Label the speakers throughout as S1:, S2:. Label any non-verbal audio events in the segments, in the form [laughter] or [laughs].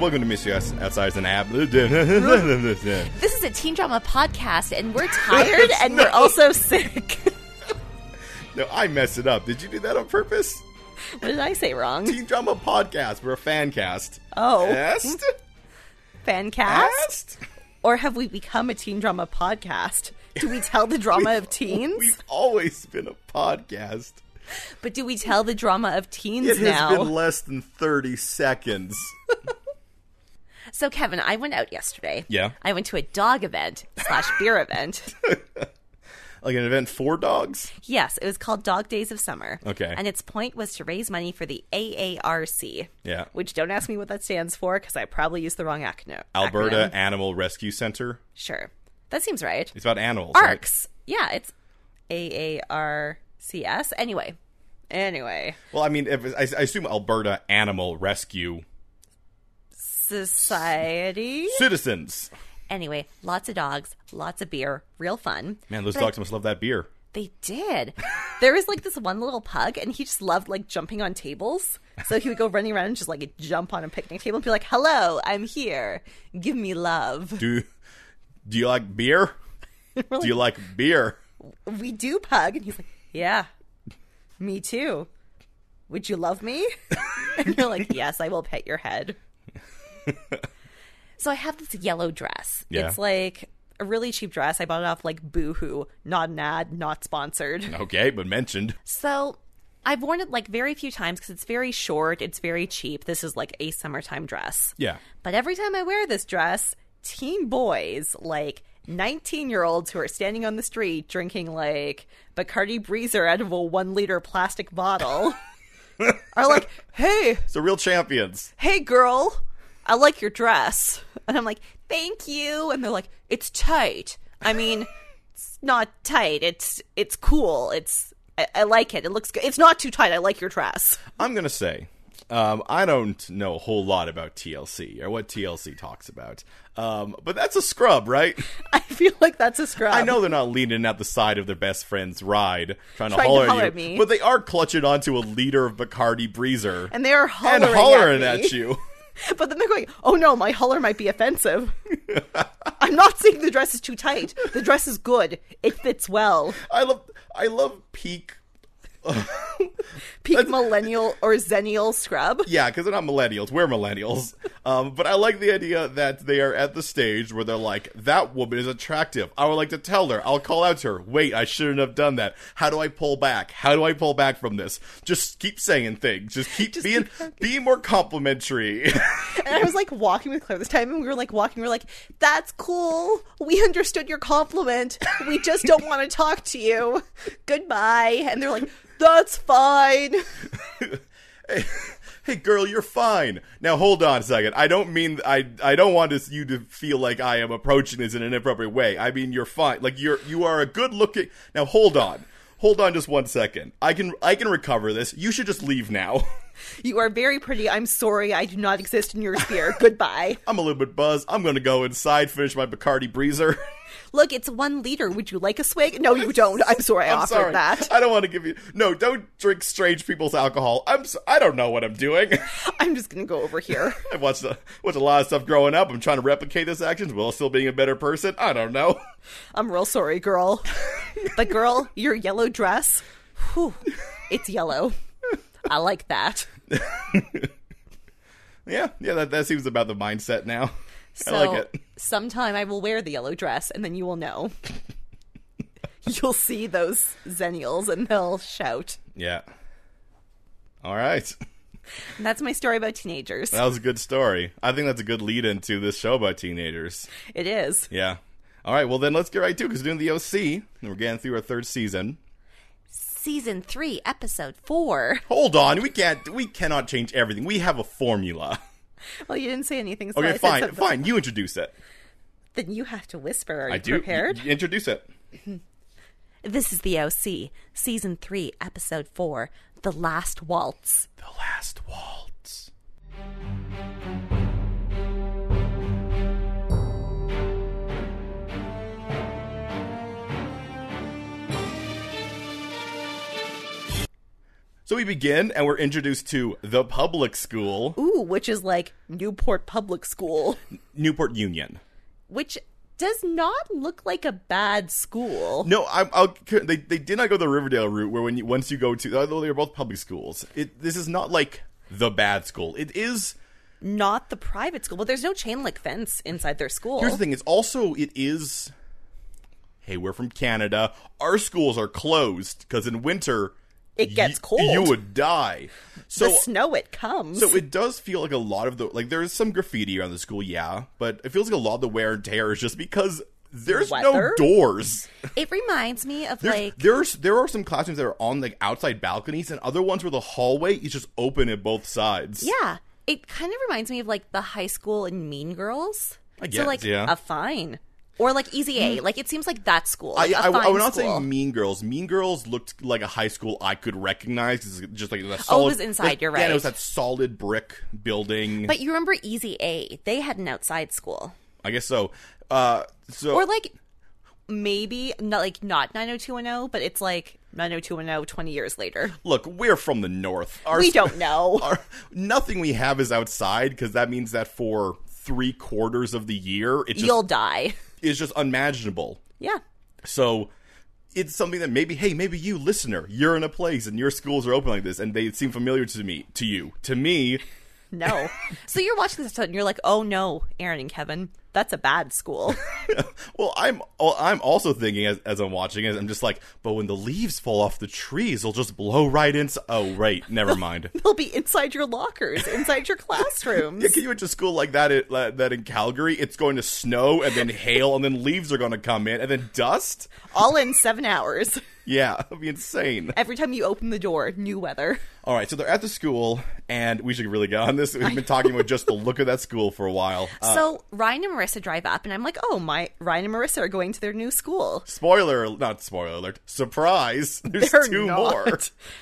S1: Welcome to Mystery Outs- Outside's an app. [laughs]
S2: This is a teen drama podcast,
S1: [laughs]
S2: and we're tired and we're also sick. [laughs]
S1: no, I messed it up. Did you do that on purpose?
S2: what did I say wrong?
S1: Teen Drama Podcast. We're a fan cast.
S2: Oh. [laughs]
S1: Cast?
S2: Fan
S1: Cast?
S2: cast? Or have we become a teen drama podcast? Do we tell
S1: [laughs]
S2: the drama of teens?
S1: We've always been a podcast.
S2: But do we tell the drama of
S1: It
S2: teens
S1: has been
S2: now?
S1: less than 30 seconds.
S2: So, Kevin, I went out yesterday.
S1: Yeah.
S2: I went to a dog event
S1: [laughs]
S2: slash beer event.
S1: Like an event for dogs?
S2: Yes, it was called Dog Days of Summer.
S1: Okay.
S2: And its point was to raise money for the AARC.
S1: Yeah.
S2: Which don't ask me what that stands for because I probably used the wrong acronym.
S1: Alberta
S2: acronym.
S1: Animal Rescue Center.
S2: Sure. That seems right.
S1: It's about animals. right?
S2: ARCS. Yeah, it's AARCS. Anyway. Anyway.
S1: Well, I mean, if, I, I assume Alberta Animal Rescue
S2: Society.
S1: Citizens.
S2: Anyway, lots of dogs, lots of beer, real fun.
S1: Man, those
S2: But I-
S1: dogs must love that beer.
S2: They did. There was like this one little pug, and he just loved like jumping on tables. So he would go running around and just like jump on a picnic table and be like, "Hello, I'm here. Give me love."
S1: Do do you like
S2: [laughs]
S1: beer?
S2: We're
S1: Do you like beer?
S2: like, we do pug, and he's like, "Yeah, me too. Would you love me?" [laughs] and you're like, "Yes, I will pet your head." so I have this yellow dress.
S1: Yeah.
S2: It's like a really cheap dress. I bought it off like Boohoo, not an ad, not sponsored.
S1: Okay, but mentioned.
S2: So I've worn it like very few times because it's very short, it's very cheap. This is like a summertime dress.
S1: Yeah.
S2: But every time I wear this dress, teen boys, like 19 year olds who are standing on the street drinking like Bacardi Breezer out of a one liter
S1: [laughs]
S2: plastic bottle, are like, hey,
S1: So real champions.
S2: hey girl, I like your dress. And I'm like, thank you. And they're like, it's tight. I mean, it's not tight. It's it's cool. It's I, I like it. It looks good. It's not too tight. I like your dress. [laughs]
S1: I'm gonna say, um, I don't know a whole lot about TLC or what TLC talks about, um, but that's a scrub, right?
S2: I feel like that's a scrub.
S1: I know they're not leaning out the side of their best friend's ride trying to
S2: Trying to
S1: holler,
S2: holler
S1: at
S2: at
S1: you,
S2: me.
S1: but they are clutching onto a liter of Bacardi Breezer
S2: And they are
S1: and
S2: hollering,
S1: hollering
S2: at, me.
S1: at
S2: [laughs]
S1: you.
S2: But then they're going, "Oh no, my holler might be
S1: [laughs]
S2: offensive." I'm not saying the dress is too tight. The dress is good. It fits well.
S1: I love, I love peak
S2: Peak millennial or zennial
S1: [laughs]
S2: scrub.
S1: Yeah, because they're not millennials. We're millennials. Um, but I like the idea that they are at the stage where they're like, that woman is attractive. I would like to tell her. I'll call out to her. Wait, I shouldn't have done that. How do I pull back? How do I pull back from this? Just keep saying things. Just keep being be more complimentary. [laughs]
S2: And I was like walking with Claire this time, and we were like walking. We were like, "That's cool. We understood your compliment. We just don't want to talk to you. Goodbye." And they're like, "That's fine."
S1: hey girl, you're fine. Now hold on a second. I don't mean I I don't want this, you to feel like I am approaching this in an inappropriate way. I mean you're fine. Like you're you are a good looking. Now hold on. Hold on just one second. I can I can recover this. You should just leave now. [laughs]
S2: You are very pretty. I'm sorry, I do not exist in your sphere. Goodbye.
S1: I'm a little bit buzzed. I'm going to go inside finish my Bacardi Breezer. [laughs]
S2: Look, it's one liter. Would you like a swig? No, you don't. I'm sorry, I
S1: I'm
S2: offered
S1: sorry.
S2: that.
S1: I don't want to give you No, don't drink strange people's alcohol. I'm so, I don't know what I'm doing. [laughs]
S2: I'm just gonna go over here.
S1: I've watched a, watched a lot of stuff growing up. I'm trying to replicate those actions while still being a better person. I don't know. [laughs]
S2: I'm real sorry, girl. But girl, your yellow dress, whew, it's yellow. I like that.
S1: Yeah, yeah, that, that seems about the mindset now. [laughs]
S2: So
S1: I like it.
S2: sometime I will wear the yellow dress, and then you will know. You'll see those zennials, and they'll shout.
S1: Yeah. All right.
S2: And that's my story about teenagers.
S1: That was a good story. I think that's a good lead into this show about teenagers.
S2: It is.
S1: Yeah. All right, well, then let's get right to it because we're doing the OC and we're getting through our third season.
S2: Season three, episode four.
S1: Hold on, we can't, we cannot change everything. We have a formula. [laughs]
S2: Well, you didn't say anything. So I
S1: Okay,
S2: said
S1: fine,
S2: something.
S1: fine. You introduce it.
S2: Then you have to whisper. Are you
S1: I do.
S2: prepared?
S1: You- you introduce it.
S2: This is the OC, season three, episode four, the last waltz.
S1: The Last Waltz. So we begin, and we're introduced to the public school,
S2: Ooh, which is like Newport Public School,
S1: Newport Union.
S2: which does not look like a bad school.
S1: No, I, I'll. They they did not go the Riverdale route, where when you, once you go to, although they're both public schools, it this is not like the bad school. It is.
S2: Not the private school. Well, there's no chain link fence inside their school.
S1: Here's the thing: it's also it is. Hey, we're from Canada. Our schools are closed because in winter
S2: It gets
S1: y-
S2: cold.
S1: You would die. So
S2: the snow it comes.
S1: So it does feel like a lot of the like there is some graffiti around the school, yeah, but it feels like a lot of the wear and tear is just because there's
S2: Weather?
S1: no doors.
S2: it reminds me of
S1: There's,
S2: like
S1: there's there are some classrooms that are on like outside balconies and other ones where the hallway is just open at both sides.
S2: Yeah. It kind of reminds me of like the high school in Mean Girls.
S1: I
S2: so
S1: guess,
S2: like
S1: yeah. Mm.
S2: a fine. Or like Easy A. Like it seems like that school.
S1: I,
S2: Like,
S1: I,
S2: a fine
S1: I would not
S2: school.
S1: say Mean Girls. Mean Girls looked like a high school I could recognize. 'cause It's just like that
S2: Oh, it
S1: solid.
S2: was inside, you're
S1: Yeah, and
S2: right.
S1: it was that solid brick building.
S2: But you remember Easy A? They had an outside school.
S1: I guess so. Uh, so
S2: Or like maybe not like not 90210, but it's like 90210 20 years later.
S1: look, we're from the north. Our
S2: We
S1: sp-
S2: don't know.
S1: [laughs] our, nothing we have is outside because that means that for three quarters of the year it just
S2: You'll die.
S1: is just unimaginable.
S2: Yeah.
S1: So it's something that maybe hey maybe you listener you're in a place and your schools are open like this and they seem familiar to me to you to me [laughs]
S2: No. so you're watching this episode and you're like, "Oh no, Aaron and Kevin, that's a
S1: [laughs]
S2: bad school."
S1: well i'm well, i'm also thinking as, as i'm watching it i'm just like but when the leaves fall off the trees they'll just blow right into oh right never
S2: [laughs]
S1: mind
S2: They'll be inside your lockers, inside your
S1: [laughs]
S2: classrooms.
S1: Yeah, can you into school like that at, like that in calgary it's going to snow and then hail and then leaves are going to come in and then dust
S2: all in seven hours.
S1: yeah [laughs] that'd be insane
S2: Every time you open the door, new weather.
S1: All right, so they're at the school, and we should really go on this. We've been talking about just the look of that school for a
S2: [laughs]
S1: while. Uh,
S2: so Ryan and Marissa drive up, and I'm like, oh, my Ryan and Marissa are going to their new school.
S1: spoiler, not spoiler alert, surprise! There's
S2: They're
S1: two
S2: not.
S1: more.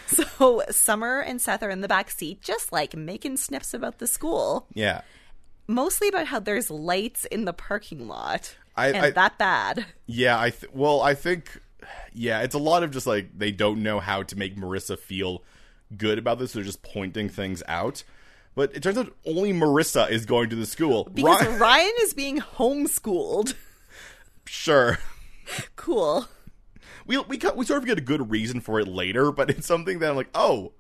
S2: So Summer and Seth are in the back seat, just like making snips about the school,
S1: Yeah,
S2: mostly about how there's lights in the parking lot.
S1: I-
S2: and
S1: I-
S2: that bad.
S1: yeah. I th- well, I think yeah, it's a lot of just like they don't know how to make Marissa feel good about this. They're just pointing things out. But it turns out only Marissa is going to the school.
S2: Because
S1: Ri-
S2: Ryan is being homeschooled.
S1: [laughs] sure.
S2: Cool.
S1: We we cut- we sort of get a good reason for it later, but it's something that I'm like, oh,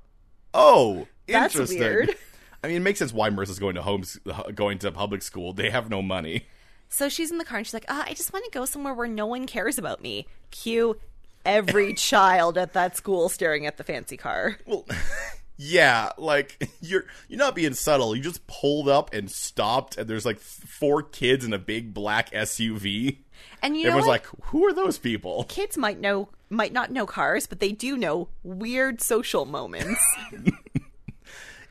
S1: oh,
S2: That's
S1: interesting.
S2: weird.
S1: I mean, it makes sense why Marissa's going to homes going to public school. They have no money.
S2: So she's in the car and she's like, ah, I just want to go somewhere where no one cares about me. Cue
S1: [laughs]
S2: every child at that school staring at the fancy car.
S1: Well, [laughs] yeah, like [laughs] you're you're not being subtle. You just pulled up and stopped, and there's like th- four kids in a big black SUV.
S2: And you
S1: Everyone's
S2: know what?
S1: like, who are those people?
S2: kids might know might not know cars, but they do know weird
S1: [laughs]
S2: social moments.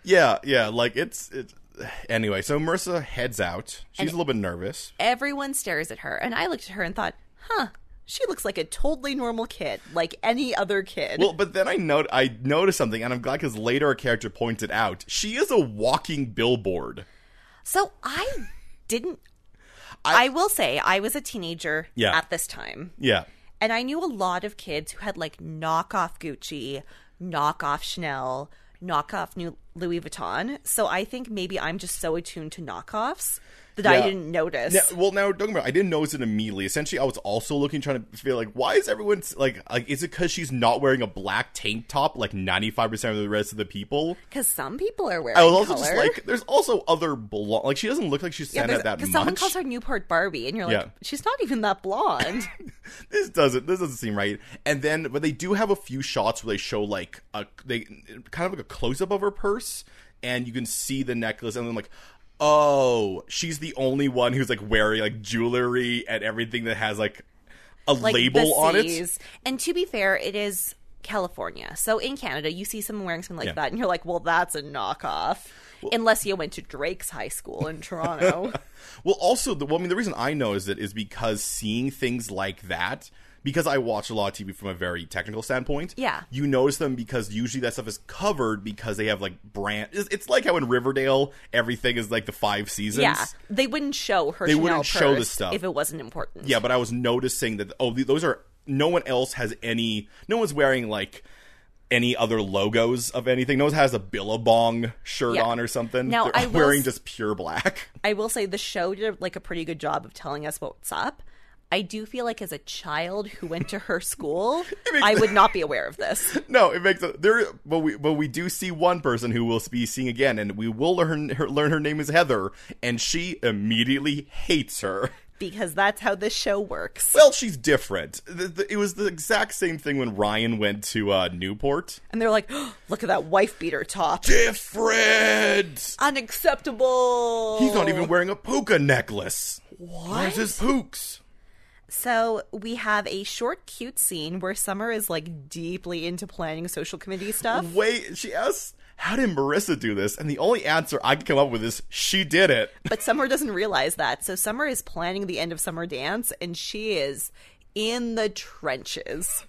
S1: Yeah, yeah, like it's it's. [sighs] Anyway, so Marissa heads out. She's a little bit nervous.
S2: Everyone stares at her, and I looked at her and thought, "Huh, she looks like a totally normal kid, like any other kid."
S1: Well, but then I note I noticed something, and I'm glad because later a character points it out. She is a walking billboard.
S2: so I didn't.
S1: I-
S2: I, will say I was a teenager
S1: Yeah.
S2: at this time,
S1: Yeah,
S2: and I knew a lot of kids who had like knockoff Gucci, knockoff Chanel, knockoff New Louis Vuitton. So I think maybe I'm just so attuned to knockoffs that I
S1: Yeah.
S2: didn't notice.
S1: Yeah, well, now don't about. I didn't notice it immediately. Essentially, I was also looking, trying to feel like, why is everyone s- like, like, is it because she's not wearing a black tank top like ninety five percent of the rest of the people?
S2: Because some people are wearing.
S1: I was also
S2: color.
S1: just like, there's also other blonde. Like, she doesn't look like she's
S2: Yeah,
S1: sent at that much.
S2: because someone calls her Newport Barbie, and you're like,
S1: Yeah.
S2: she's not even
S1: [laughs]
S2: that blonde.
S1: this doesn't this doesn't seem right and then but they do have a few shots where they show like a they kind of like a close-up of her purse and you can see the necklace and then like oh she's the only one who's like wearing like jewelry and everything that has like a
S2: like
S1: label
S2: the
S1: on it
S2: C's. And to be fair, it is California. So in Canada, you see someone wearing something like
S1: Yeah.
S2: that, and you're like, well, that's a knockoff. Unless you went to Drake's High School in
S1: [laughs]
S2: Toronto. [laughs]
S1: well also the well, i mean the reason i noticed it is because seeing things like that because I watch a lot of TV from a very technical standpoint,
S2: Yeah.
S1: you notice them because usually that stuff is covered because they have like brand. It's, it's like how in Riverdale everything is like the five seasons.
S2: yeah, they wouldn't show her.
S1: They
S2: Chanel
S1: wouldn't show the
S2: purse
S1: stuff.
S2: if it wasn't important.
S1: Yeah, but I was noticing that oh, th- those are no one else has any. No one's wearing like any other logos of anything. No one has a Billabong shirt
S2: Yeah.
S1: on or something.
S2: Now,
S1: They're
S2: I
S1: [laughs] all
S2: will
S1: wearing
S2: s-
S1: just pure black.
S2: I will say the show did like a pretty good job of telling us what's up. I do feel like as a child who went to
S1: [laughs]
S2: her school,
S1: makes-
S2: I would not be aware of this.
S1: No, it makes a, there, but we but we do see one person who we'll be seeing again, and we will learn her, learn her name is Heather, and she immediately hates her.
S2: Because that's how this show works.
S1: Well, she's different. The, the, it was the exact same thing when Ryan went to uh, Newport.
S2: And they're like, [gasps] look at that wife beater top.
S1: Different.
S2: Unacceptable.
S1: He's not even wearing a puka necklace. Where's his pooks?
S2: So we have a short, cute scene where Summer is like deeply into planning social committee stuff.
S1: Mm. Wait, she asks, how did Marissa do this? And the only answer I can come up with is, she did it.
S2: But Summer doesn't realize that. So Summer is planning the end of Summer Dance and she is in the trenches.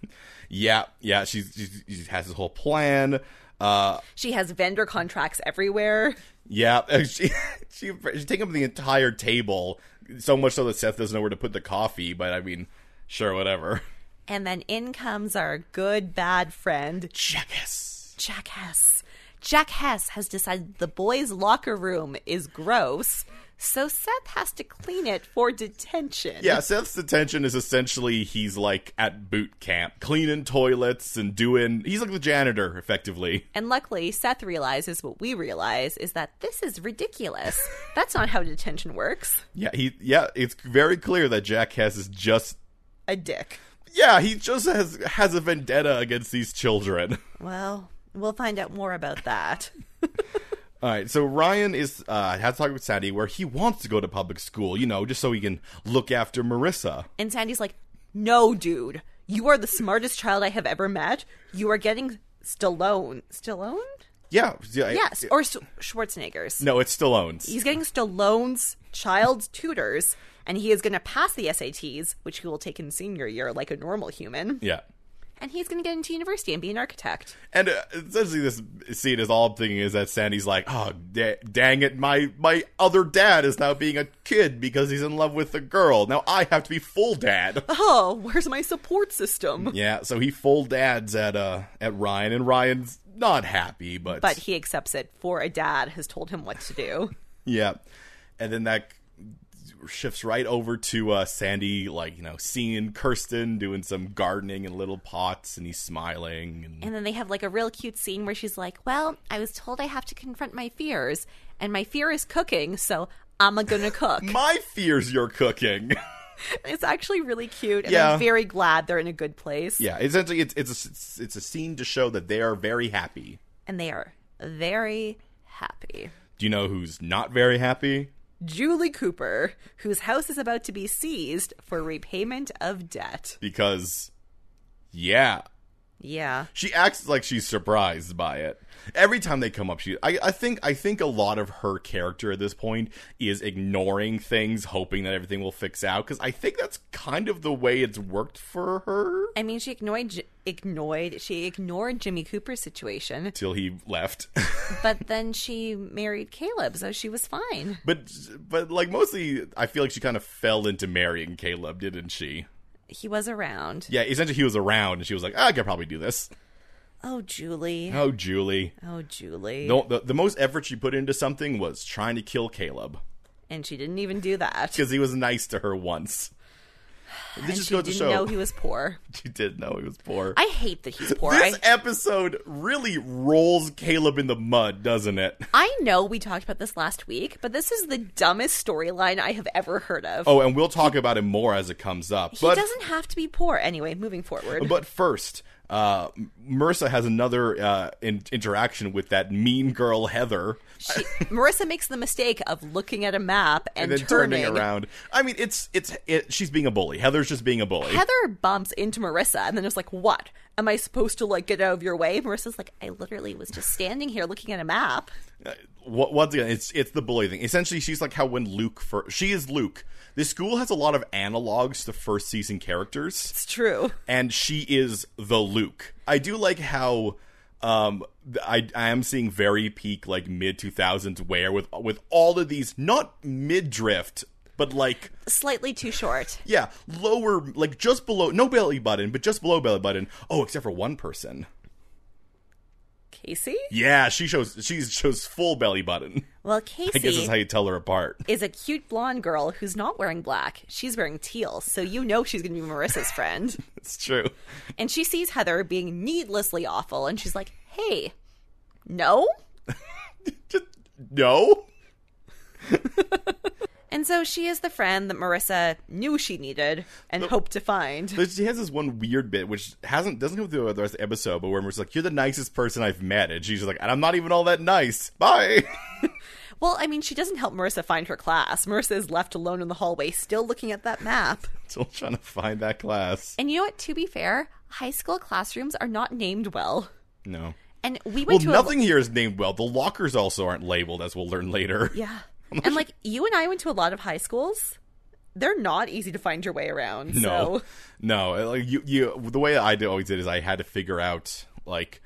S1: Yeah, yeah, she's, she's, she has this whole plan. Uh,
S2: She has vendor contracts everywhere.
S1: yeah, [laughs] and she, she, she's taking up the entire table, so much so that Seth doesn't know where to put the coffee, but I mean, sure, whatever.
S2: And then in comes our good, bad friend,
S1: Check us.
S2: Jack Hess. Jack Hess has decided the boys' locker room is gross, so Seth has to clean it for detention.
S1: Yeah, Seth's detention is essentially he's like at boot camp, cleaning toilets and doing. He's like the janitor, effectively.
S2: And luckily, Seth realizes what we realize is that this is ridiculous. That's not how detention works.
S1: Yeah, he. Yeah, it's very clear that Jack Hess is just.
S2: A dick.
S1: Yeah, he just has has a vendetta against these children. [laughs]
S2: Well, we'll find out more about that.
S1: All right, so Ryan is uh, has to talk with Sandy where he wants to go to public school, you know, just so he can look after Marissa.
S2: And Sandy's like, No, dude, you are the smartest child I have ever met. You are getting Stallone. Stallone?
S1: Yeah, yeah,
S2: Yes, or S- Schwarzenegger's.
S1: No, it's Stallone's.
S2: He's getting Stallone's child tutors, and he is going to pass the SATs, which he will take in senior year like a normal human.
S1: Yeah.
S2: And he's going to get into university and be an architect.
S1: And uh, essentially, this scene is all I'm thinking is that Sandy's like, "Oh, da- dang it! My my other dad is now being a kid because he's in love with a girl. Now I have to be full dad." [laughs]
S2: Oh, where's my support system?
S1: yeah, so he full dads at uh at Ryan, and Ryan's not happy, but,
S2: But he accepts it for a dad has told him what to do.
S1: yeah. And then that shifts right over to uh, Sandy, like you know, seeing Kirsten doing some gardening in little pots, and he's smiling. And,
S2: And then they have like a real cute scene where she's like, Well, I was told I have to confront my fears, and my fear is cooking, so I'm gonna cook.
S1: my fears, you're cooking.
S2: [laughs]
S1: [laughs]
S2: it's actually really cute, and
S1: Yeah.
S2: I'm very glad they're in a good place.
S1: Yeah, essentially, it's it's a, it's- it's a scene to show that they are very happy.
S2: And they are very happy.
S1: Do you know who's not very happy?
S2: Julie Cooper, whose house is about to be seized for repayment of debt.
S1: Because, yeah,
S2: Yeah.
S1: she acts like she's surprised by it. Every time they come up, she I, I think I think a lot of her character at this point is ignoring things, hoping that everything will fix out. Because I think that's kind of the way it's worked for her
S2: I mean, she ignored, J- ignored, she ignored Jimmy Cooper's situation,
S1: till he left. [laughs]
S2: but then she married Caleb, so she was fine.
S1: but but like mostly, I feel like she kind of fell into marrying Caleb, didn't she?
S2: He was around.
S1: Yeah, essentially he was around, and she was like, "I could probably do this."
S2: Oh, Julie.
S1: Oh, Julie.
S2: Oh, Julie.
S1: The, the, the most effort she put into something was trying to kill Caleb
S2: And she didn't even do that.
S1: because he was nice to her once. This
S2: And
S1: just
S2: she
S1: goes to
S2: didn't
S1: show
S2: know he was poor.
S1: [laughs] she did know he was poor.
S2: I hate that he's poor.
S1: [laughs]
S2: I,
S1: this episode really rolls Caleb in the mud, doesn't it?
S2: I know we talked about this last week, but this is the dumbest storyline I have ever heard of.
S1: Oh, and we'll talk about it more as it comes up.
S2: he
S1: but Oh,
S2: doesn't have to be poor. Anyway, moving forward.
S1: but first, uh, Marissa has another uh, in- interaction with that mean girl Heather,
S2: she, Marissa makes the mistake of looking at a map
S1: [laughs]
S2: and,
S1: and then
S2: turning.
S1: turning around. I mean, it's it's it, she's being a bully. Heather's just being a bully.
S2: Heather bumps into Marissa and then is like, "What? Am I supposed to like get out of your way?" Marissa's like, "I literally was just standing here looking at a map."
S1: Wha- Uh, once again, it's it's the bully thing. Essentially, she's like how when Luke for she is Luke. This school has a lot of analogs to first season characters,
S2: It's true.
S1: and she is the Luke. I do like how um th- I I am seeing very peak like mid two thousands where with with all of these not mid drift but like
S2: Slightly too short.
S1: yeah lower like just below no belly button but just below belly button. Oh, except for one person.
S2: Casey?
S1: Yeah, she shows she shows full belly button.
S2: Well,
S1: I guess
S2: Casey
S1: that's how you tell her apart. [laughs]
S2: is a cute blonde girl who's not wearing black. She's wearing teal, so you know she's going to be Marissa's friend. [laughs]
S1: It's true.
S2: And she sees Heather being needlessly awful, and she's like, hey, no?
S1: Just, no.
S2: And so she is the friend that Marissa knew she needed and hoped to find.
S1: But she has this one weird bit which hasn't doesn't come through the rest of the episode, but where we're just like, "You're the nicest person I've met," and she's just like, "And I'm not even all that nice." Bye. [laughs]
S2: Well, I mean, she doesn't help Marissa find her class. Marissa is left alone in the hallway, still looking at that map.
S1: Still trying to find that class.
S2: And you know what? To be fair, high school classrooms are not named well.
S1: No.
S2: And we
S1: Well,
S2: went to
S1: nothing here is named well. The lockers also aren't labeled, as we'll learn later. [laughs]
S2: a yeah, and like you and I went to a lot of high schools. They're not easy to find your way
S1: [laughs]
S2: around.
S1: No,
S2: So.
S1: no. Like you, you. The way I did, always did is I had to figure out like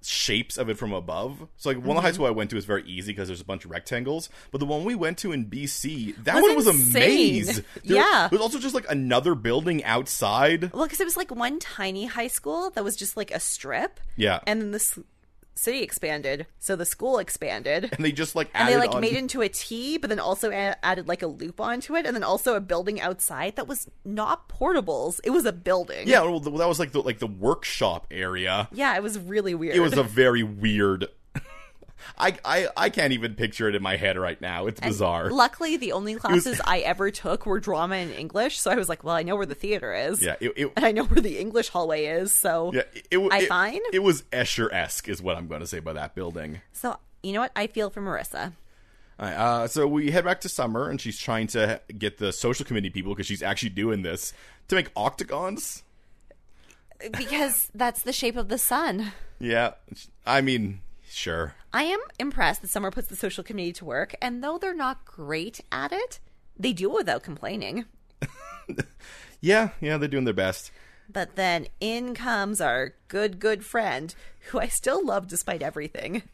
S1: shapes of it from above. So like one of
S2: Mm-hmm.
S1: the high school I went to is very easy because there's a bunch of rectangles. But the one we went to in BC, that
S2: Was
S1: one was a
S2: insane.
S1: maze.
S2: [laughs]
S1: There-
S2: Yeah.
S1: There was also just like another building outside.
S2: Well, because it was like one tiny high school that was just like a strip.
S1: Yeah.
S2: And then the s- city expanded, so the school expanded.
S1: And they just like
S2: And
S1: added
S2: they like
S1: on-
S2: made it into a T, but then also a- added like a loop onto it, and then also a building outside that was not portables. It was a building.
S1: Yeah, well, th- that was like the like the workshop area.
S2: Yeah, it was really weird.
S1: It was a very weird. I, I I can't even picture it in my head right now. It's bizarre.
S2: [laughs] Luckily, the only classes I ever took were drama and English, so I was like, well, I know where the theater is.
S1: yeah, it, it
S2: [laughs] And I know where the English hallway is, so
S1: Yeah, it, it,
S2: I
S1: it,
S2: fine?
S1: It was Escher esque, is what I'm going to say by that building.
S2: so you know what I feel for Marissa.
S1: All right, uh, so we head back to Summer, and she's trying to get the social committee people because she's actually doing this to make octagons.
S2: Because [laughs] that's the shape of the sun.
S1: Yeah, I mean, sure.
S2: I am impressed that Summer puts the social committee to work, and though they're not great at it, they do it without complaining.
S1: Yeah, yeah, they're doing their best.
S2: But then in comes our good, good friend, who I still love despite everything.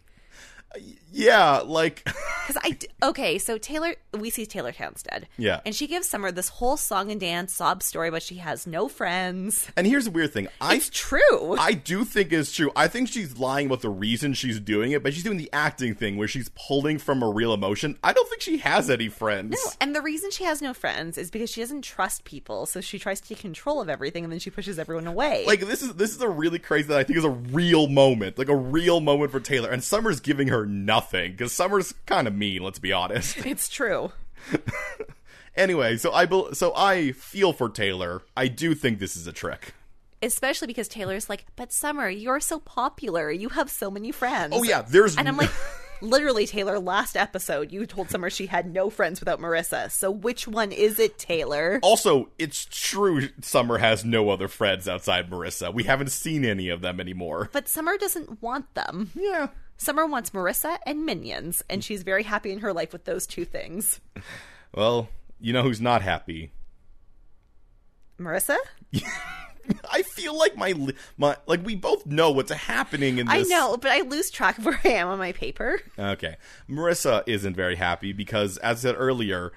S1: Yeah, like [laughs]
S2: Because I, d- okay, so Taylor, we see Taylor Townstead.
S1: Yeah.
S2: And she gives Summer this whole song and dance sob story, but she has no friends.
S1: And here's the weird thing. I
S2: It's true.
S1: I do think it's true. I think she's lying about the reason she's doing it, but she's doing the acting thing where she's pulling from a real emotion. I don't think she has any friends.
S2: and the reason she has no friends is because she doesn't trust people, so she tries to take control of everything and then she pushes everyone away.
S1: like this is this is a really crazy that I think is a real moment, like a real moment for Taylor. And Summer's giving her nothing because Summer's kind of mean. Let's be honest. [laughs]
S2: it's true.
S1: anyway, so I bel so I feel for Taylor. I do think this is a trick.
S2: Especially because Taylor's like, but Summer, you're so popular. You have so many friends.
S1: Oh yeah, there's
S2: And I'm like, literally, Taylor, last episode, you told Summer she had no friends without Marissa. So which one is it, Taylor?
S1: also it's true. Summer has no other friends outside Marissa. We haven't seen any of them anymore.
S2: But Summer doesn't want them.
S1: Yeah.
S2: Summer wants Marissa and minions, and she's very happy in her life with those two things.
S1: Well, you know who's not happy. [laughs]
S2: Marissa?
S1: I feel like my li- my like we both know what's happening in
S2: I
S1: this.
S2: know, but I lose track of where I am on my paper.
S1: Okay. Marissa isn't very happy because, as I said earlier,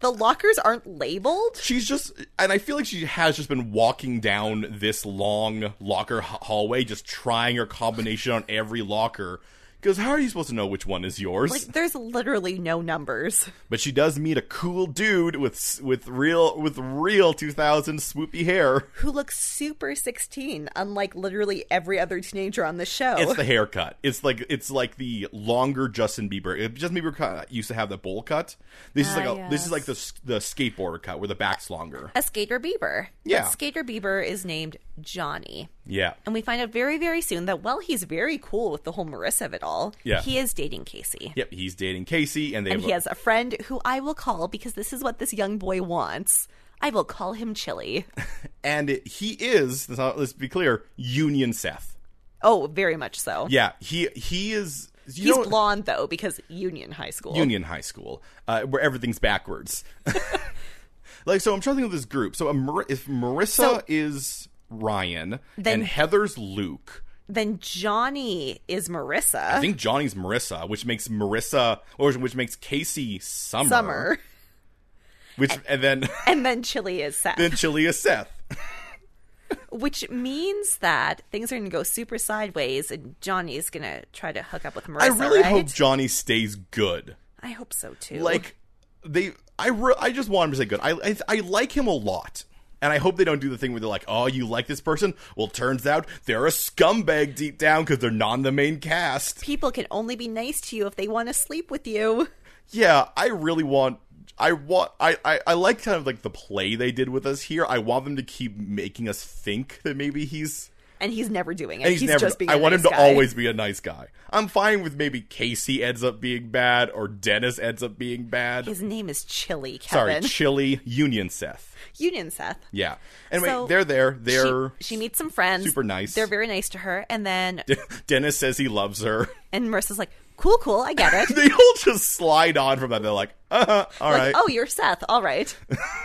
S2: The lockers aren't labeled.
S1: she's just, and I feel like she has just been walking down this long locker h- hallway, just trying her combination on every locker. Because how are you supposed to know which one is yours?
S2: Like, there's literally no numbers.
S1: but she does meet a cool dude with s- with real with real 2000 swoopy
S2: [laughs]
S1: hair.
S2: Who looks super 16, unlike literally every other teenager on the show.
S1: It's the haircut. It's like it's like the longer Justin Bieber. It- Justin Bieber cut, used to have the bowl cut. This is
S2: Ah,
S1: like a, this
S2: yes.
S1: is like the s- the skateboarder cut where the back's longer.
S2: a skater Bieber.
S1: Yeah.
S2: But skater Bieber is named Johnny.
S1: Yeah.
S2: And we find out very, very soon that while he's very cool with the whole Marissa of it all,
S1: Yeah.
S2: he is dating Casey.
S1: Yep, he's dating Casey, and they
S2: And
S1: have
S2: he
S1: a-
S2: has a friend who I will call because this is what this young boy wants. I will call him
S1: [laughs]
S2: Chili.
S1: and it- he is. Let's, not- let's be clear, Union Seth.
S2: Oh, very much so.
S1: Yeah, he he is. You
S2: He's
S1: know, what-
S2: blonde though because Union High School.
S1: Union High School, uh, where everything's backwards.
S2: [laughs]
S1: like, so I'm trying to think of this group. So a Mar- if Marissa
S2: So-
S1: is Ryan
S2: Then-
S1: and Heather's Luke,
S2: Then Johnny is
S1: I
S2: Marissa.
S1: think Johnny's Marissa, which makes Marissa or which makes Casey Summer,
S2: Summer. [laughs]
S1: which and then [laughs]
S2: And then Chili is Seth.
S1: then Chili is Seth.
S2: Which means that things are going to go super sideways, and Johnny is going to try to hook up with Marissa.
S1: I really
S2: right?
S1: hope Johnny stays good.
S2: I hope so [laughs] too.
S1: Like they, I, re- I just want him to stay good. I, I, I like him a lot, and I hope they don't do the thing where they're like, "Oh, you like this person? Well, turns out they're a scumbag deep down because they're not in the main cast."
S2: people can only be nice to you if they want to sleep with you.
S1: Yeah, I really want. I want. I, I I like kind of like the play they did with us here. I want them to keep making us think that maybe he's
S2: And he's never doing it.
S1: And he's, never.
S2: just being.
S1: I
S2: a
S1: want him
S2: nice
S1: to
S2: guy.
S1: always be a nice guy. I'm fine with maybe Casey ends up being bad or Dennis ends up being bad.
S2: His name is Chili
S1: Sorry,
S2: Kevin.
S1: Chili Union Seth.
S2: Union Seth.
S1: Yeah. Anyway,
S2: So,
S1: they're there.
S2: She-
S1: They're
S2: she meets some friends.
S1: super nice.
S2: They're very nice to her, and then
S1: [laughs] Dennis says he loves her. [laughs]
S2: and Marissa's like, "Cool, cool, I get it."
S1: they all just slide on from that. They're like, uh-huh, [laughs] all
S2: like,
S1: right.
S2: oh, you're Seth. All right.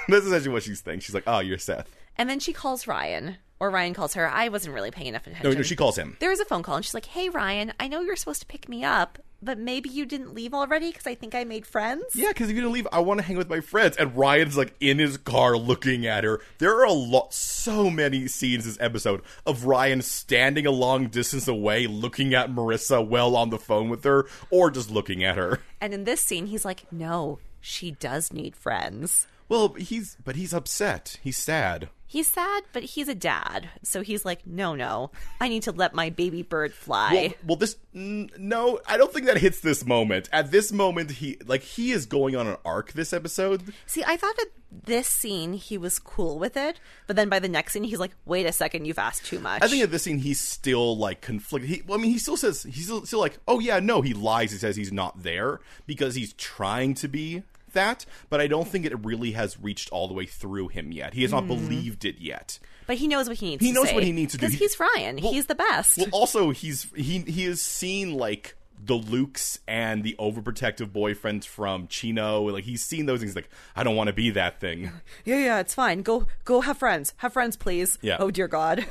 S1: This is actually what she's thinking. She's like, oh, you're Seth.
S2: And then she calls Ryan, or Ryan calls her. I wasn't really paying enough attention.
S1: No, no, she calls him.
S2: there was a phone call, and she's like, "Hey, Ryan, I know you're supposed to pick me up, but maybe you didn't leave already because I think I made friends."
S1: Yeah, because if you don't leave, I want to hang with my friends. And Ryan's like in his car looking at her. There are a lot, so many scenes this episode of Ryan standing a long distance away, looking at Marissa while on the phone with her, or just looking at her.
S2: And in this scene, he's like, "No, she does need friends."
S1: Well, he's but he's upset. He's sad.
S2: He's sad, but he's a dad, so he's like, "No, no, I need to let my baby bird fly."
S1: Well, well, this n- no, I don't think that hits this moment. At this moment, he like he is going on an arc this episode.
S2: See, I thought at this scene he was cool with it, but then by the next scene he's like, "Wait a second, you've asked too much."
S1: I think at this scene he's still like conflicted. He, well, I mean, he still says he's still, still like, oh yeah, no. He lies. He says he's not there because he's trying to be that, but I don't think it really has reached all the way through him yet. He has not believed it yet.
S2: but he knows what he needs.
S1: He
S2: to
S1: knows what he needs to do.
S2: because
S1: He-
S2: he's Ryan. he's the best.
S1: Well, also he's he he has seen like the Lukes and the overprotective boyfriends from Chino. Like he's seen those things. Like I don't want to be that thing.
S2: yeah, yeah, it's fine. Go, go, have friends. Have friends, please.
S1: Yeah.
S2: Oh
S1: [laughs]
S2: dear God.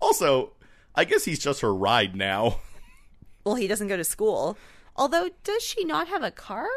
S1: Also, I guess he's just her ride now.
S2: well, he doesn't go to school. Although, does she not have a car?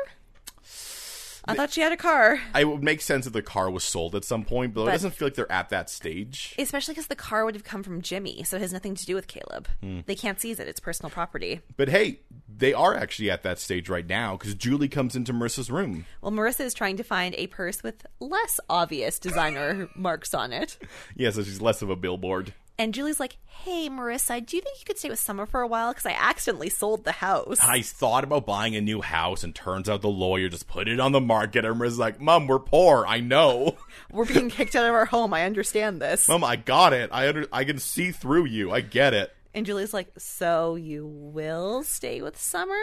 S2: I thought she had a car,
S1: I it would make sense if the car was sold at some point, but,
S2: But-
S1: it doesn't feel like they're at that stage.
S2: especially because the car would have come from Jimmy, so it has nothing to do with Caleb.
S1: Hmm.
S2: They can't seize it; it's personal property.
S1: But hey, they are actually at that stage right now because Julie comes into Marissa's room.
S2: Well, Marissa is trying to find a purse with less obvious designer [laughs] marks on it.
S1: Yeah, so she's less of a billboard.
S2: And Julie's like, hey, Marissa, do you think you could stay with Summer for a while? Because I accidentally sold the house.
S1: I thought about buying a new house, and turns out the lawyer just put it on the market. And Marissa's like, "Mom, we're poor. I know. [laughs]
S2: We're being kicked out of our home. I understand this.
S1: Mom, I got it. I under- I can see through you. I get it."
S2: And Julie's like, so you will stay with Summer?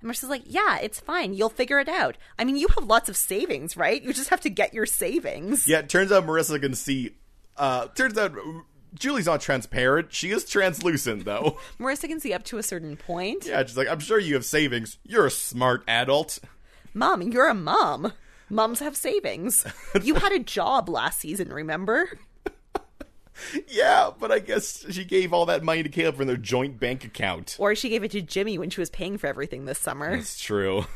S2: And Marissa's like, yeah, it's fine. You'll figure it out. I mean, you have lots of savings, right? You just have to get your savings.
S1: Yeah, it turns out Marissa can see. Uh, turns out Julie's not transparent. She is translucent, though. [laughs]
S2: Marissa can see up to a certain point.
S1: yeah, she's like, "I'm sure you have savings. You're a smart adult."
S2: Mom, you're a mom. Moms
S1: [laughs]
S2: have savings. You had a job last season, remember?
S1: [laughs] Yeah, but I guess she gave all that money to Caleb from their joint bank account.
S2: Or she gave it to Jimmy when she was paying for everything
S1: [laughs]
S2: this summer.
S1: It's true.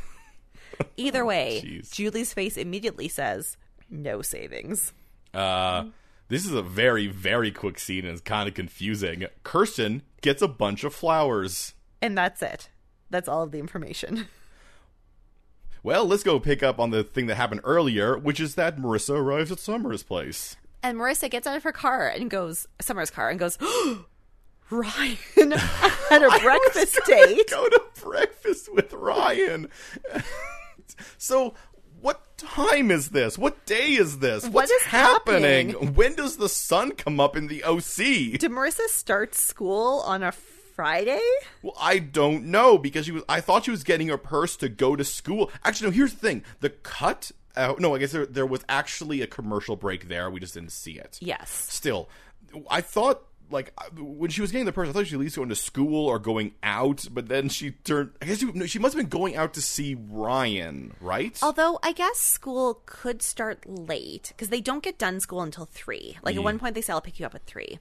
S2: Either way,
S1: Oh, jeez.
S2: Julie's face immediately says, no savings.
S1: Uh, this is a very, very quick scene and it's kind of confusing. Kirsten gets a bunch of flowers.
S2: And that's it. That's all of the information. [laughs]
S1: Well, let's go pick up on the thing that happened earlier, which is that Marissa arrives at Summer's place.
S2: And Marissa gets out of her car and goes, Summer's car, and goes, [gasps] Ryan [laughs]
S1: [laughs]
S2: had a breakfast date.
S1: Go to breakfast with Ryan. [laughs] so, what time is this? What day is this? What's
S2: is
S1: happening? [laughs] When does the sun come up in the OC?
S2: Did Marissa start school on a Friday?
S1: Well, I don't know because she was. I thought she was getting her purse to go to school. Actually, no. Here's the thing: the cut. Uh, no, I guess there there was actually a commercial break there. We just didn't see it.
S2: Yes.
S1: Still, I thought like I- when she was getting the purse, I thought she at least going to school or going out. But then she turned. I guess she, no, she must have been going out to see Ryan, right?
S2: Although I guess school could
S1: Mm.
S2: start late because they don't get done school until three. Like at one point they say I'll pick you up at three,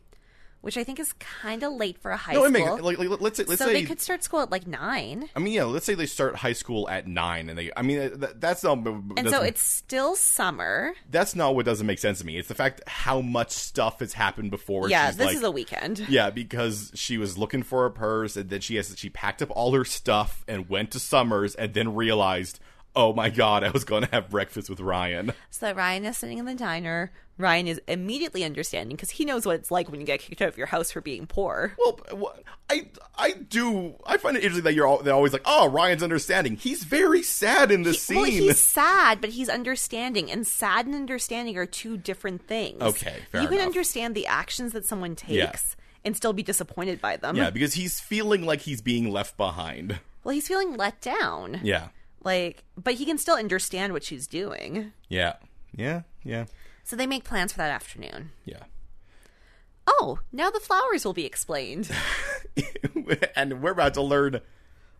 S2: which I think is kind of late for a high
S1: No, it
S2: school.
S1: makes like, like let's say let's
S2: so
S1: say
S2: they could start school at like nine,
S1: I mean, yeah, let's say they start high school at nine, and they. I mean, th- that's not.
S2: and so it's still summer.
S1: that's not what doesn't make sense to me. It's the fact how much stuff has happened before. where
S2: Yeah,
S1: she's
S2: this
S1: like-
S2: is a weekend.
S1: Yeah, because she was looking for a purse, and then she has she packed up all her stuff and went to Summers, and then realized, oh my god, I was going to have breakfast with Ryan.
S2: So Ryan is sitting in the diner. Ryan is immediately understanding because he knows what it's like when you get kicked out of your house for being poor.
S1: Well, wh- I I do I find it interesting that you're all, they're always like, oh, Ryan's understanding. He's very sad in this
S2: Well,
S1: scene. [laughs]
S2: he's sad, but he's understanding, and sad and understanding are two different things.
S1: Okay, fair
S2: You can
S1: enough.
S2: understand the actions that someone takes and still be disappointed by them.
S1: yeah, because he's feeling like he's being left behind.
S2: Well, he's feeling let down.
S1: Yeah,
S2: Like, but he can still understand what she's doing.
S1: yeah, yeah, yeah,
S2: So they make plans for that afternoon.
S1: yeah.
S2: Oh, now the flowers will be explained.
S1: [laughs] and we're about to learn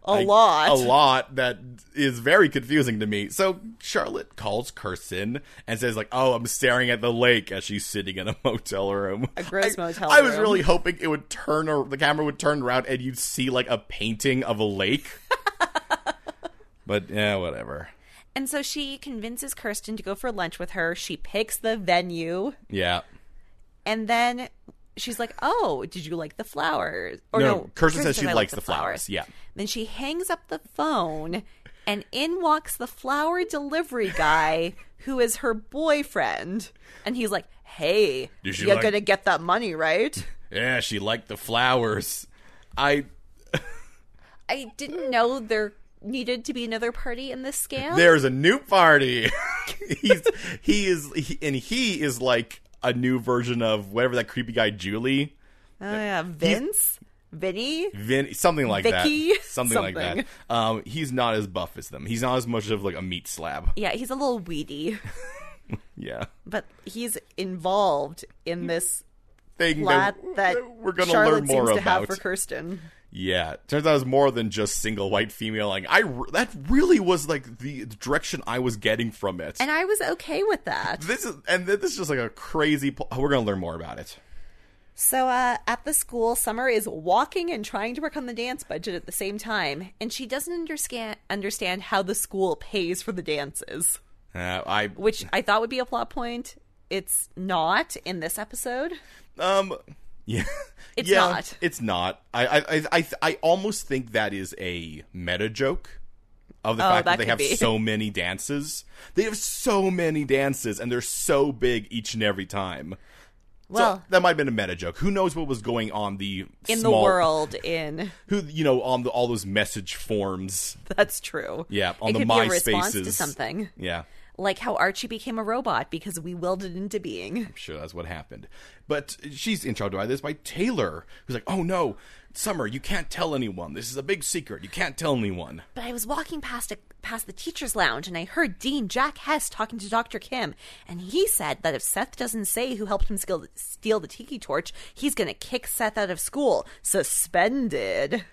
S2: A
S1: like,
S2: lot.
S1: a lot that is very confusing to me. So Charlotte calls Kirsten and says, like, "Oh, I'm staring at the lake as she's sitting in a [laughs] motel room, a
S2: gross
S1: I,
S2: motel
S1: I was
S2: room.
S1: really hoping it would turn, or the camera would turn around and you'd see like a painting of a
S2: [laughs]
S1: lake. but yeah, whatever.
S2: And so she convinces Kirsten to go for lunch with her. She picks the venue.
S1: Yeah.
S2: And then she's like, "Oh, did you like the flowers?" Or
S1: No,
S2: no,
S1: no, Kirsten says she
S2: "I
S1: likes
S2: like
S1: the flowers." Yeah.
S2: Then she hangs up the phone, and in walks the flower delivery guy, [laughs] who is her boyfriend, and he's like, "Hey,
S1: Did you
S2: you're
S1: like-
S2: gonna get that money, right?"
S1: Yeah, she liked the flowers. I
S2: I didn't know there needed to be another party in this scam.
S1: there's a new party. [laughs] He's he is he, and he is like a new version of whatever that creepy guy Julie
S2: oh yeah, Vince, Vinny.
S1: Vin something like
S2: Vicky?
S1: that something, like that.
S2: Something.
S1: Um, he's not as buff as them. He's not as much of like a meat slab.
S2: Yeah, he's a little weedy,
S1: Yeah,
S2: but he's involved in this
S1: thing
S2: plot
S1: that,
S2: that
S1: we're gonna
S2: Charlotte
S1: learn more
S2: seems to
S1: about.
S2: have for Kirsten.
S1: yeah, turns out it's more than just single white female. Like I re- that really was like the direction I was getting from it.
S2: And I was okay with that.
S1: this is and th- this is just like a crazy. Po- we're gonna learn more about it.
S2: So uh, at the school, Summer is walking and trying to work on the dance budget at the same time, and she doesn't understand understand how the school pays for the dances,
S1: Uh, I
S2: which I thought would be a plot point. It's not in this episode.
S1: Um. [laughs] Yeah.
S2: It's
S1: yeah,
S2: not.
S1: It's not. I. I. I. I, I almost think that is a meta joke of the
S2: Oh,
S1: fact that,
S2: that
S1: they
S2: could
S1: have
S2: be.
S1: so many dances. They have so many dances, and they're so big each and every time. So
S2: Well,
S1: that might have been a meta joke. Who knows what was going on the
S2: in
S1: small-
S2: the world, in [laughs]
S1: Who you know on the, all those message forms?
S2: that's true.
S1: Yeah, on
S2: it
S1: the
S2: could be a response to
S1: MySpaces.
S2: something
S1: Yeah,
S2: like how Archie became a robot because we willed it into being.
S1: I'm sure that's what happened. But she's introduced by this by Taylor, who's like, "Oh no, Summer, you can't tell anyone. This is a big secret. You can't tell anyone."
S2: But I was walking past a, past the teachers' lounge and I heard Dean Jack Hess talking to Dr. Kim, and he said that if Seth doesn't say who helped him steal, steal the tiki torch, he's going to kick Seth out of school. Suspended.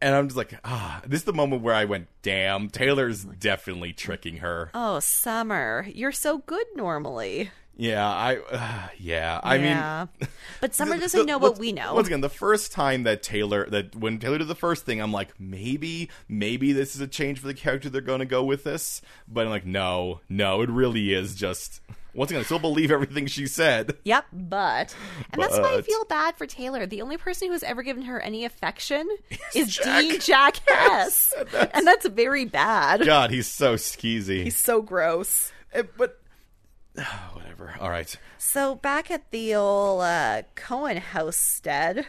S1: And I'm just like, ah, this is the moment where I went, damn, Taylor's definitely tricking her.
S2: Oh, Summer, you're so good normally.
S1: Yeah, I, uh, yeah, I mean,
S2: mean, but Summer [laughs]
S1: the-
S2: doesn't
S1: the-
S2: know what
S1: once-
S2: we know.
S1: Once again, the first time that Taylor, that when Taylor did the first thing, I'm like, maybe, maybe this is a change for the character they're going to go with this. But I'm like, no, no, it really is just. Once again, I still believe everything she said.
S2: Yep, but and that's why I
S1: But.
S2: feel bad for Taylor. The only person who has ever given her any affection [laughs] is
S1: Jack
S2: Dean Jack Hess, and [laughs] that's very bad.
S1: God, he's so skeezy.
S2: He's so gross.
S1: Eh, but [sighs] whatever. All right.
S2: So back at the old uh, Cohen housestead,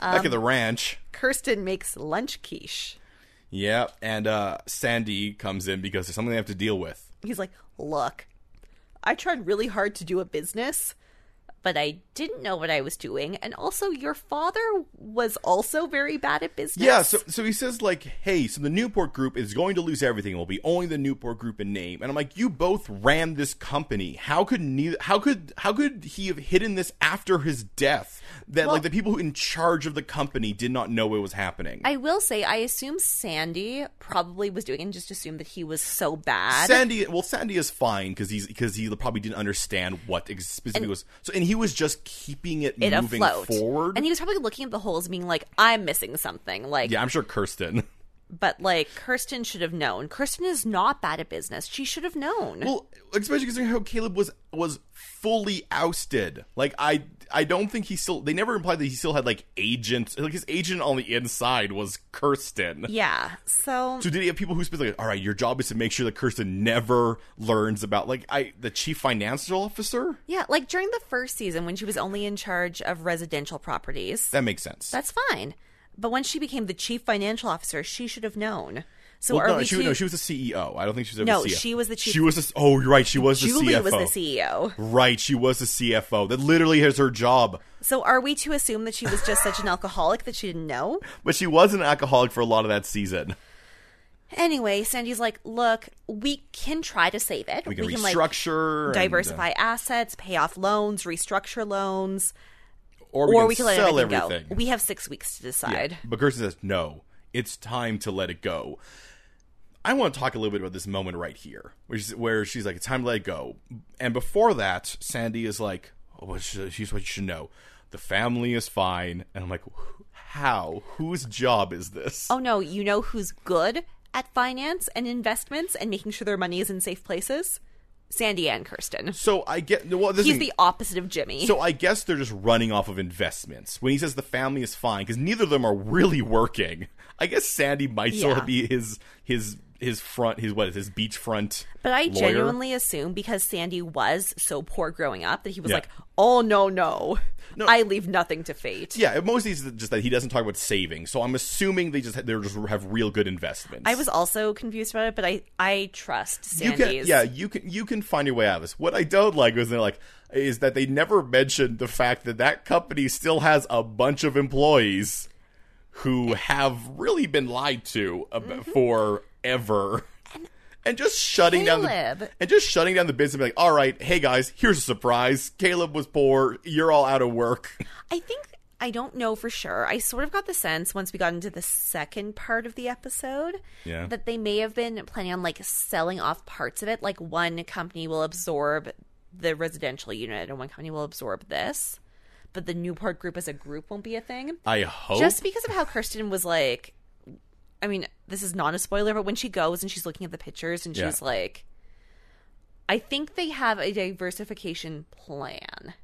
S2: Um,
S1: Back at the ranch.
S2: Kirsten makes lunch quiche.
S1: Yeah, and uh, Sandy comes in because there's something they have to deal with.
S2: He's like, "Look, I tried really hard to do a business, but I didn't know what I was doing, and also your father was also very bad at business."
S1: Yeah, so so he says like, "Hey, so the Newport Group is going to lose everything. It will be only the Newport Group in name." And I'm like, "You both ran this company. How could neither? How could how could he have hidden this after his death? That
S2: Well-
S1: like the people who in charge of the company did not know it was happening."
S2: I will say, I assume Sandy probably was doing it and just assumed that he was so bad.
S1: Sandy, well, Sandy is fine because he's because he probably didn't understand what ex- specifically was. So, and he he was just keeping it,
S2: it
S1: moving
S2: afloat.
S1: forward.
S2: And he was probably looking at the holes, being like, "I'm missing something." Like,
S1: yeah, I'm sure Kirsten.
S2: but like Kirsten should have known. Kirsten is not bad at business. She should have known.
S1: Well, especially considering how Caleb was was fully ousted. Like I I don't think he still they never implied that he still had like agents like his agent on the inside was Kirsten.
S2: yeah. So
S1: So did he have people who specifically like, all right, your job is to make sure that Kirsten never learns about like I the chief financial officer?
S2: yeah, like during the first season when she was only in charge of residential properties,
S1: That makes sense.
S2: that's fine. But when she became the chief financial officer, she should have known. So
S1: well,
S2: are
S1: no,
S2: we
S1: she,
S2: to-
S1: no, she was the CEO. I don't think she was ever
S2: No,
S1: the CEO.
S2: she was the chief-
S1: She was the, oh, you're right. She was the
S2: Julie
S1: CFO.
S2: was the E CEO.
S1: Right, she was the CFO. That literally is her job.
S2: So are we to assume that she was just such an alcoholic that she didn't know?
S1: But she was an alcoholic for a lot of that season.
S2: Anyway, Sandy's like, look, we can try to save it.
S1: We can
S2: like
S1: restructure, and, uh,
S2: diversify assets, pay off loans, restructure loans,
S1: or
S2: or
S1: can
S2: we can let
S1: sell
S2: everything,
S1: everything.
S2: go. We have six weeks to decide.
S1: But Gerson says, no, it's time to let it go. I want to talk a little bit about this moment right here, which is where she's like, it's time to let it go. And before that, Sandy is like, oh, well, sh- here's what you should know. The family is fine. And I'm like, "Wh- how? Whose job is this?
S2: Oh no, you know who's good at finance and investments and making sure their money is in safe places? Sandy and Kirsten.
S1: So I get, well, this
S2: He's
S1: thing-
S2: the opposite of
S1: [laughs]
S2: Jimmy.
S1: So I guess they're just running off of investments. When he says the family is fine, because neither of them are really working. I guess Sandy might
S2: Yeah.
S1: still be his his his front his what is his beachfront.
S2: But I
S1: lawyer.
S2: genuinely assume because Sandy was so poor growing up that he was
S1: Yeah.
S2: like, "Oh no, no,
S1: No.
S2: I leave nothing to fate."
S1: yeah. Most of these is just that he doesn't talk about saving. So I'm assuming they just they just have real good investments.
S2: I was also confused about it, but I I trust
S1: You can,
S2: Sandy's.
S1: yeah, you can you can find your way out of this. What I don't like was they're like is that they never mentioned the fact that that company still has a bunch of employees who have really been lied to
S2: Mm-hmm.
S1: ab- forever, and just shutting down the
S2: Caleb.
S1: and just shutting down the business. And be like, all right, hey guys, here's a surprise. Caleb was poor. You're all out of work.
S2: I think I don't know for sure. I sort of got the sense once we got into the second part of the episode
S1: Yeah.
S2: that they may have been planning on like selling off parts of it. Like one company will absorb the residential unit and one company will absorb this, but the Newport group as a group won't be a thing.
S1: I hope.
S2: Just because of how Kirsten was like, I mean, this is not a spoiler, but when she goes and she's looking at the pictures and she's
S1: Yeah.
S2: like, I think they have a diversification plan.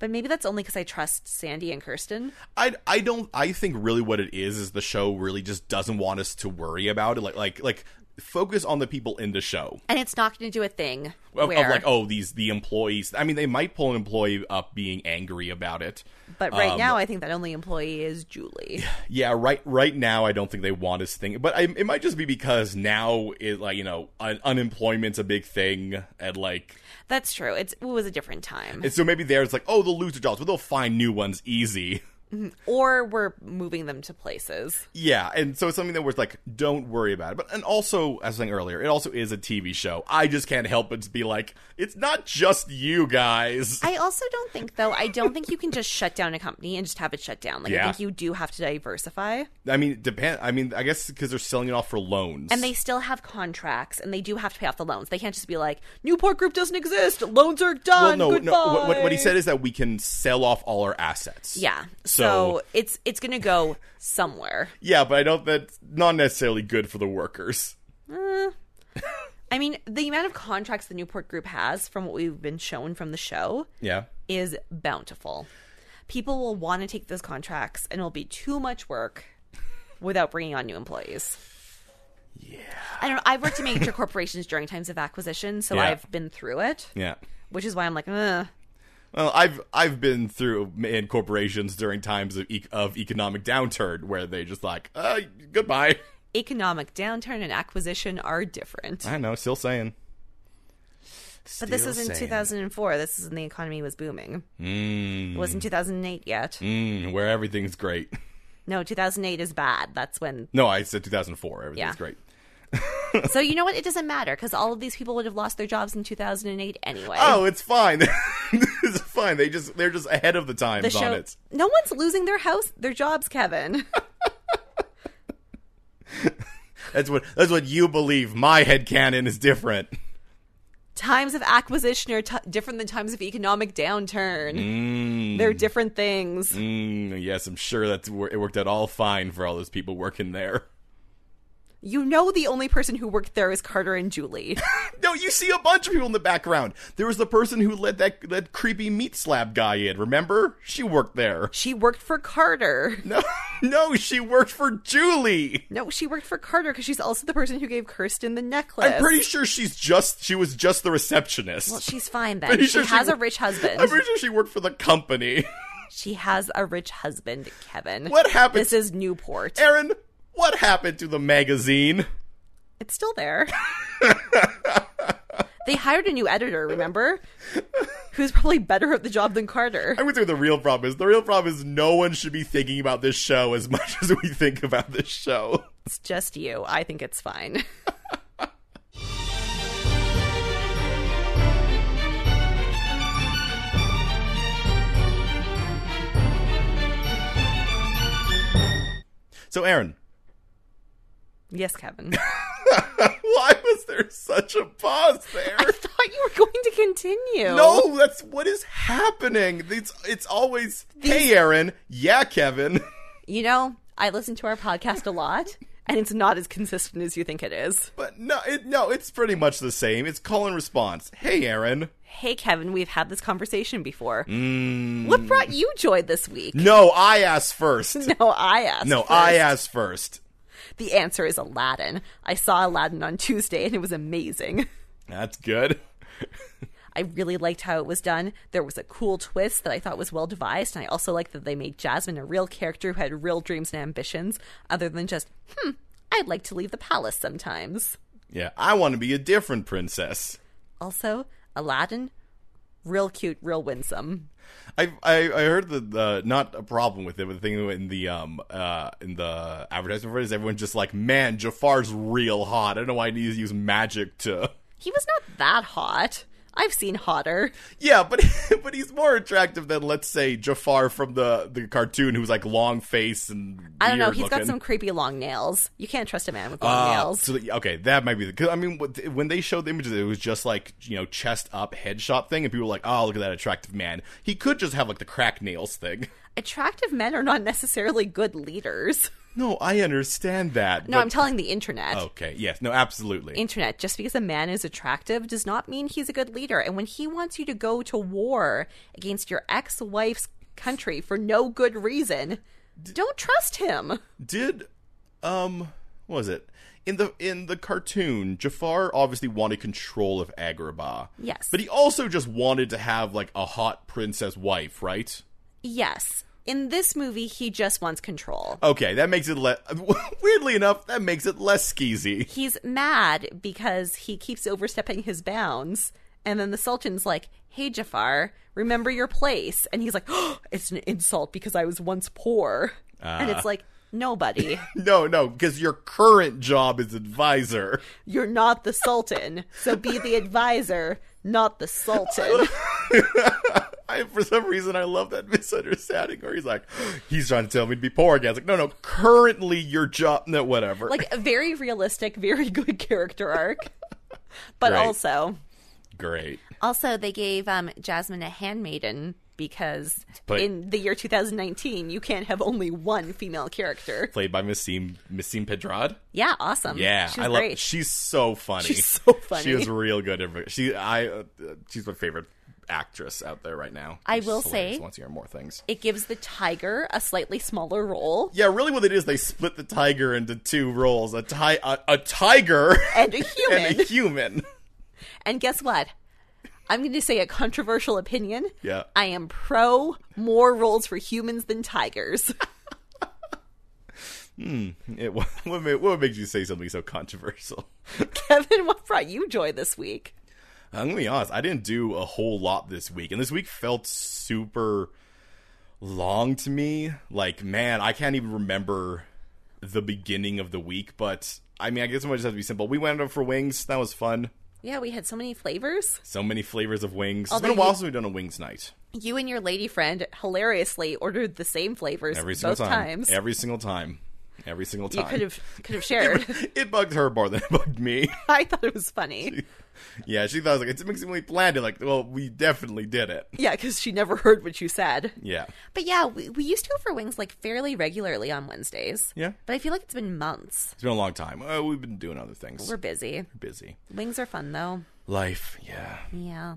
S2: But maybe that's only because I trust Sandy and Kirsten.
S1: I, I don't I think really what it is is the show really just doesn't want us to worry about it like like like focus on the people in the show
S2: And it's not going to do a thing
S1: of,
S2: where.
S1: of like oh these the employees i mean they might pull an employee up being angry about it
S2: but right
S1: um,
S2: now, I think that only employee is Julie.
S1: yeah right right now i don't think they want us thing but I, it might just be because now it like you know un- unemployment's a big thing and like
S2: That's true. It's, it was a different time.
S1: and so maybe there's like oh they'll lose their jobs but they'll find new ones easy [laughs]
S2: or we're moving them to places.
S1: yeah and so it's something that was like don't worry about it but and also as i was saying earlier it also is a tv show i just can't help but to be like it's not just you guys [laughs]
S2: I also don't think, though, I don't think you can just [laughs] shut down a company and just have it shut down. Like, I
S1: Yeah.
S2: think you do have to diversify.
S1: i mean it depend i mean i guess because they're selling it off for loans
S2: And they still have contracts, and they do have to pay off the loans. They can't just be like, "Newport Group doesn't exist. Loans are done.
S1: Well, no,
S2: Goodbye."
S1: no. What, what, what he said is that we can sell off all our assets.
S2: yeah. So,
S1: So-
S2: it's it's gonna go somewhere.
S1: Yeah, but I don't. That's not necessarily good for the workers.
S2: I mean, the amount of contracts the Newport Group has, from what we've been shown from the show,
S1: Yeah.
S2: is bountiful. People will want to take those contracts, and it'll be too much work without bringing on new employees. Yeah. I don't know. I've worked
S1: [laughs]
S2: in major corporations during times of acquisition, so
S1: Yeah.
S2: I've been through it,
S1: Yeah.
S2: which is why I'm like, Ugh.
S1: Well, I've I've been through in corporations during times of e- of economic downturn where they just like uh, goodbye.
S2: economic downturn and acquisition are different.
S1: I know. Still saying.
S2: But this
S1: Still
S2: was in
S1: saying.
S2: 2004. This is when the economy was booming. Mm. It wasn't 2008 yet.
S1: Mm, where everything's great.
S2: No, 2008 is bad.
S1: [laughs]
S2: That's when.
S1: No, I said 2004. Everything's
S2: Yeah.
S1: great.
S2: so you know what? It doesn't matter because all of these people would have lost their jobs in 2008 anyway.
S1: Oh, it's fine. [laughs] it's fine. They just they're just ahead of the times
S2: the show.
S1: on it.
S2: No one's losing their house, their jobs, Kevin. [laughs]
S1: That's what that's what you believe. My headcanon is different.
S2: times of acquisition are t- different than times of economic downturn.
S1: Mm,
S2: They're different things.
S1: mm, yes, I'm sure that's wor- it worked out all fine for all those people working there.
S2: You know, the only person who worked there is Carter and
S1: [laughs]
S2: Julie.
S1: No, you see a bunch of people in the background. There was the person who let that that creepy meat slab guy in. Remember? She worked there.
S2: she worked for Carter.
S1: No, [laughs] no, she worked for Julie.
S2: No, she worked for Carter because she's also the person who gave Kirsten the necklace.
S1: I'm pretty sure she's just she was just the receptionist.
S2: well, she's fine then.
S1: Pretty
S2: She
S1: sure she
S2: has a
S1: wor-
S2: rich husband.
S1: I'm pretty sure she worked for the company. [laughs]
S2: She has a rich husband, Kevin.
S1: What happened-
S2: This is Newport.
S1: Aaron, what happened to the magazine?
S2: It's still
S1: [laughs]
S2: there. they hired a new editor, remember? Who's probably better at the job than Carter.
S1: I would say the real problem is the real problem is no one should be thinking about this show as [laughs] much as we think about this show.
S2: It's just you. I think
S1: [laughs]
S2: it's fine.
S1: So, Aaron,
S2: yes,
S1: [laughs]
S2: Kevin.
S1: why was there such a pause there?
S2: I thought you were going to continue.
S1: No, that's what is happening. It's it's always hey Aaron, yeah Kevin. [laughs]
S2: You know, I listen to our podcast a lot, and it's not as consistent as you think it is.
S1: But no, it, no, it's pretty much the same. It's call and response. Hey Aaron.
S2: Hey, Kevin, we've had this conversation before. What brought you joy this week? [laughs]
S1: No, I asked first.
S2: No, I asked.
S1: No,
S2: first.
S1: I asked first.
S2: The answer is Aladdin. I saw Aladdin on Tuesday, and it was amazing. [laughs]
S1: That's good.
S2: I really liked how it was done. There was a cool twist that I thought was well devised, and I also liked that they made Jasmine a real character who had real dreams and ambitions, other than just, hmm, I'd like to leave the palace sometimes.
S1: Yeah, I want to be a different princess.
S2: Also, Aladdin, real cute, real winsome.
S1: I I, I heard that the not a problem with it, but the thing in the um uh in the advertisement for it is everyone just like, man, Jafar's real hot. I don't know why I need to use magic to. [laughs]
S2: He was not that hot. I've seen hotter.
S1: Yeah, but [laughs] but he's more attractive than let's say Jafar from the the cartoon, who's like long face and
S2: I don't know.
S1: weird
S2: He's got
S1: looking.
S2: some creepy long nails. You can't trust a man with long
S1: Ah,
S2: [laughs] nails.
S1: So that- okay, that might be the. Cause, I mean, what- when they showed the images, it was just like you know chest up headshot thing, and people were like, "Oh, look at that attractive man." He could just have like the crack nails thing. [laughs]
S2: Attractive men are not necessarily good
S1: [laughs]
S2: leaders.
S1: No, I understand that.
S2: No,
S1: but- Oh.
S2: I'm telling the internet.
S1: okay. Yes. No. Absolutely.
S2: internet just because a man is attractive does not mean he's a good leader and when he wants you to go to war against your ex-wife's country for no good reason don't trust him
S1: Did um what was it in the in the cartoon Jafar obviously wanted control of Agrabah.
S2: Yes.
S1: But he also just wanted to have like a hot princess wife, right?
S2: yes in this movie he just wants control
S1: Okay, that makes it le- [laughs] weirdly enough that makes it less skeezy. [laughs]
S2: he's mad because he keeps overstepping his bounds and then the sultan's like hey jafar remember your place and he's like oh, it's an insult because i was once poor and
S1: Ah.
S2: it's like nobody
S1: No, no, because your current job is advisor.
S2: You're not the Sultan, so be the advisor, not the Sultan.
S1: [laughs] I for some reason I love that [laughs] misunderstanding where he's like, [gasps] he's trying to tell me to be poor again. It's like, no, no, currently your job, no, whatever.
S2: Like a very realistic, very good character arc. But
S1: Right.
S2: also,
S1: great.
S2: also they gave um, Jasmine a handmaiden because
S1: But-
S2: in the year 2019, you can't have only one female character.
S1: Played by Missim Missim Pedrad.
S2: Yeah, awesome.
S1: Yeah,
S2: she
S1: I
S2: was
S1: love.
S2: great.
S1: She's so funny.
S2: She's so funny.
S1: She is real good. At, she, I, uh, she's my favorite actress out there right now.
S2: I
S1: She's
S2: will
S1: hilarious.
S2: say-
S1: I want to hear more things.
S2: It gives the tiger a slightly
S1: [laughs]
S2: smaller role
S1: Yeah, really, what they did is they split the tiger into two roles: a ti- a, a tiger [laughs]
S2: and a human.
S1: and a human.
S2: And guess what? I'm going to say a controversial opinion.
S1: Yeah.
S2: I am pro more roles for humans than tigers. [laughs]
S1: It, [laughs] what, what, ma- what makes you say something so controversial?
S2: Kevin, what brought you joy this week?
S1: I'm gonna be honest. I didn't do a whole lot this week, and this week felt super long to me. Like, man, I can't even remember the beginning of the week. But I mean, I guess it might just have to be simple. We went out for wings. That was fun.
S2: Yeah, we had so many flavors.
S1: So many flavors of wings.
S2: Although
S1: it's been a while
S2: you-
S1: since we've done a wings night.
S2: You and your lady friend hilariously ordered the same flavors
S1: Every single
S2: both
S1: time.
S2: times.
S1: Every single time. every single
S2: You
S1: time.
S2: [laughs] could have could have shared.
S1: [laughs] It bugged her more than it bugged me. [laughs]
S2: [laughs] I thought it was funny.
S1: yeah, she thought it was like it's amazingly planned. It like, well, we definitely did it.
S2: Yeah, because she never heard what you said.
S1: Yeah,
S2: But yeah, we, we used to go for wings like fairly regularly on Wednesdays.
S1: Yeah.
S2: But I feel like it's been months.
S1: it's been a long time. Uh, we've been doing other things.
S2: We're busy.
S1: busy.
S2: Wings are fun though.
S1: Life. Yeah.
S2: Yeah.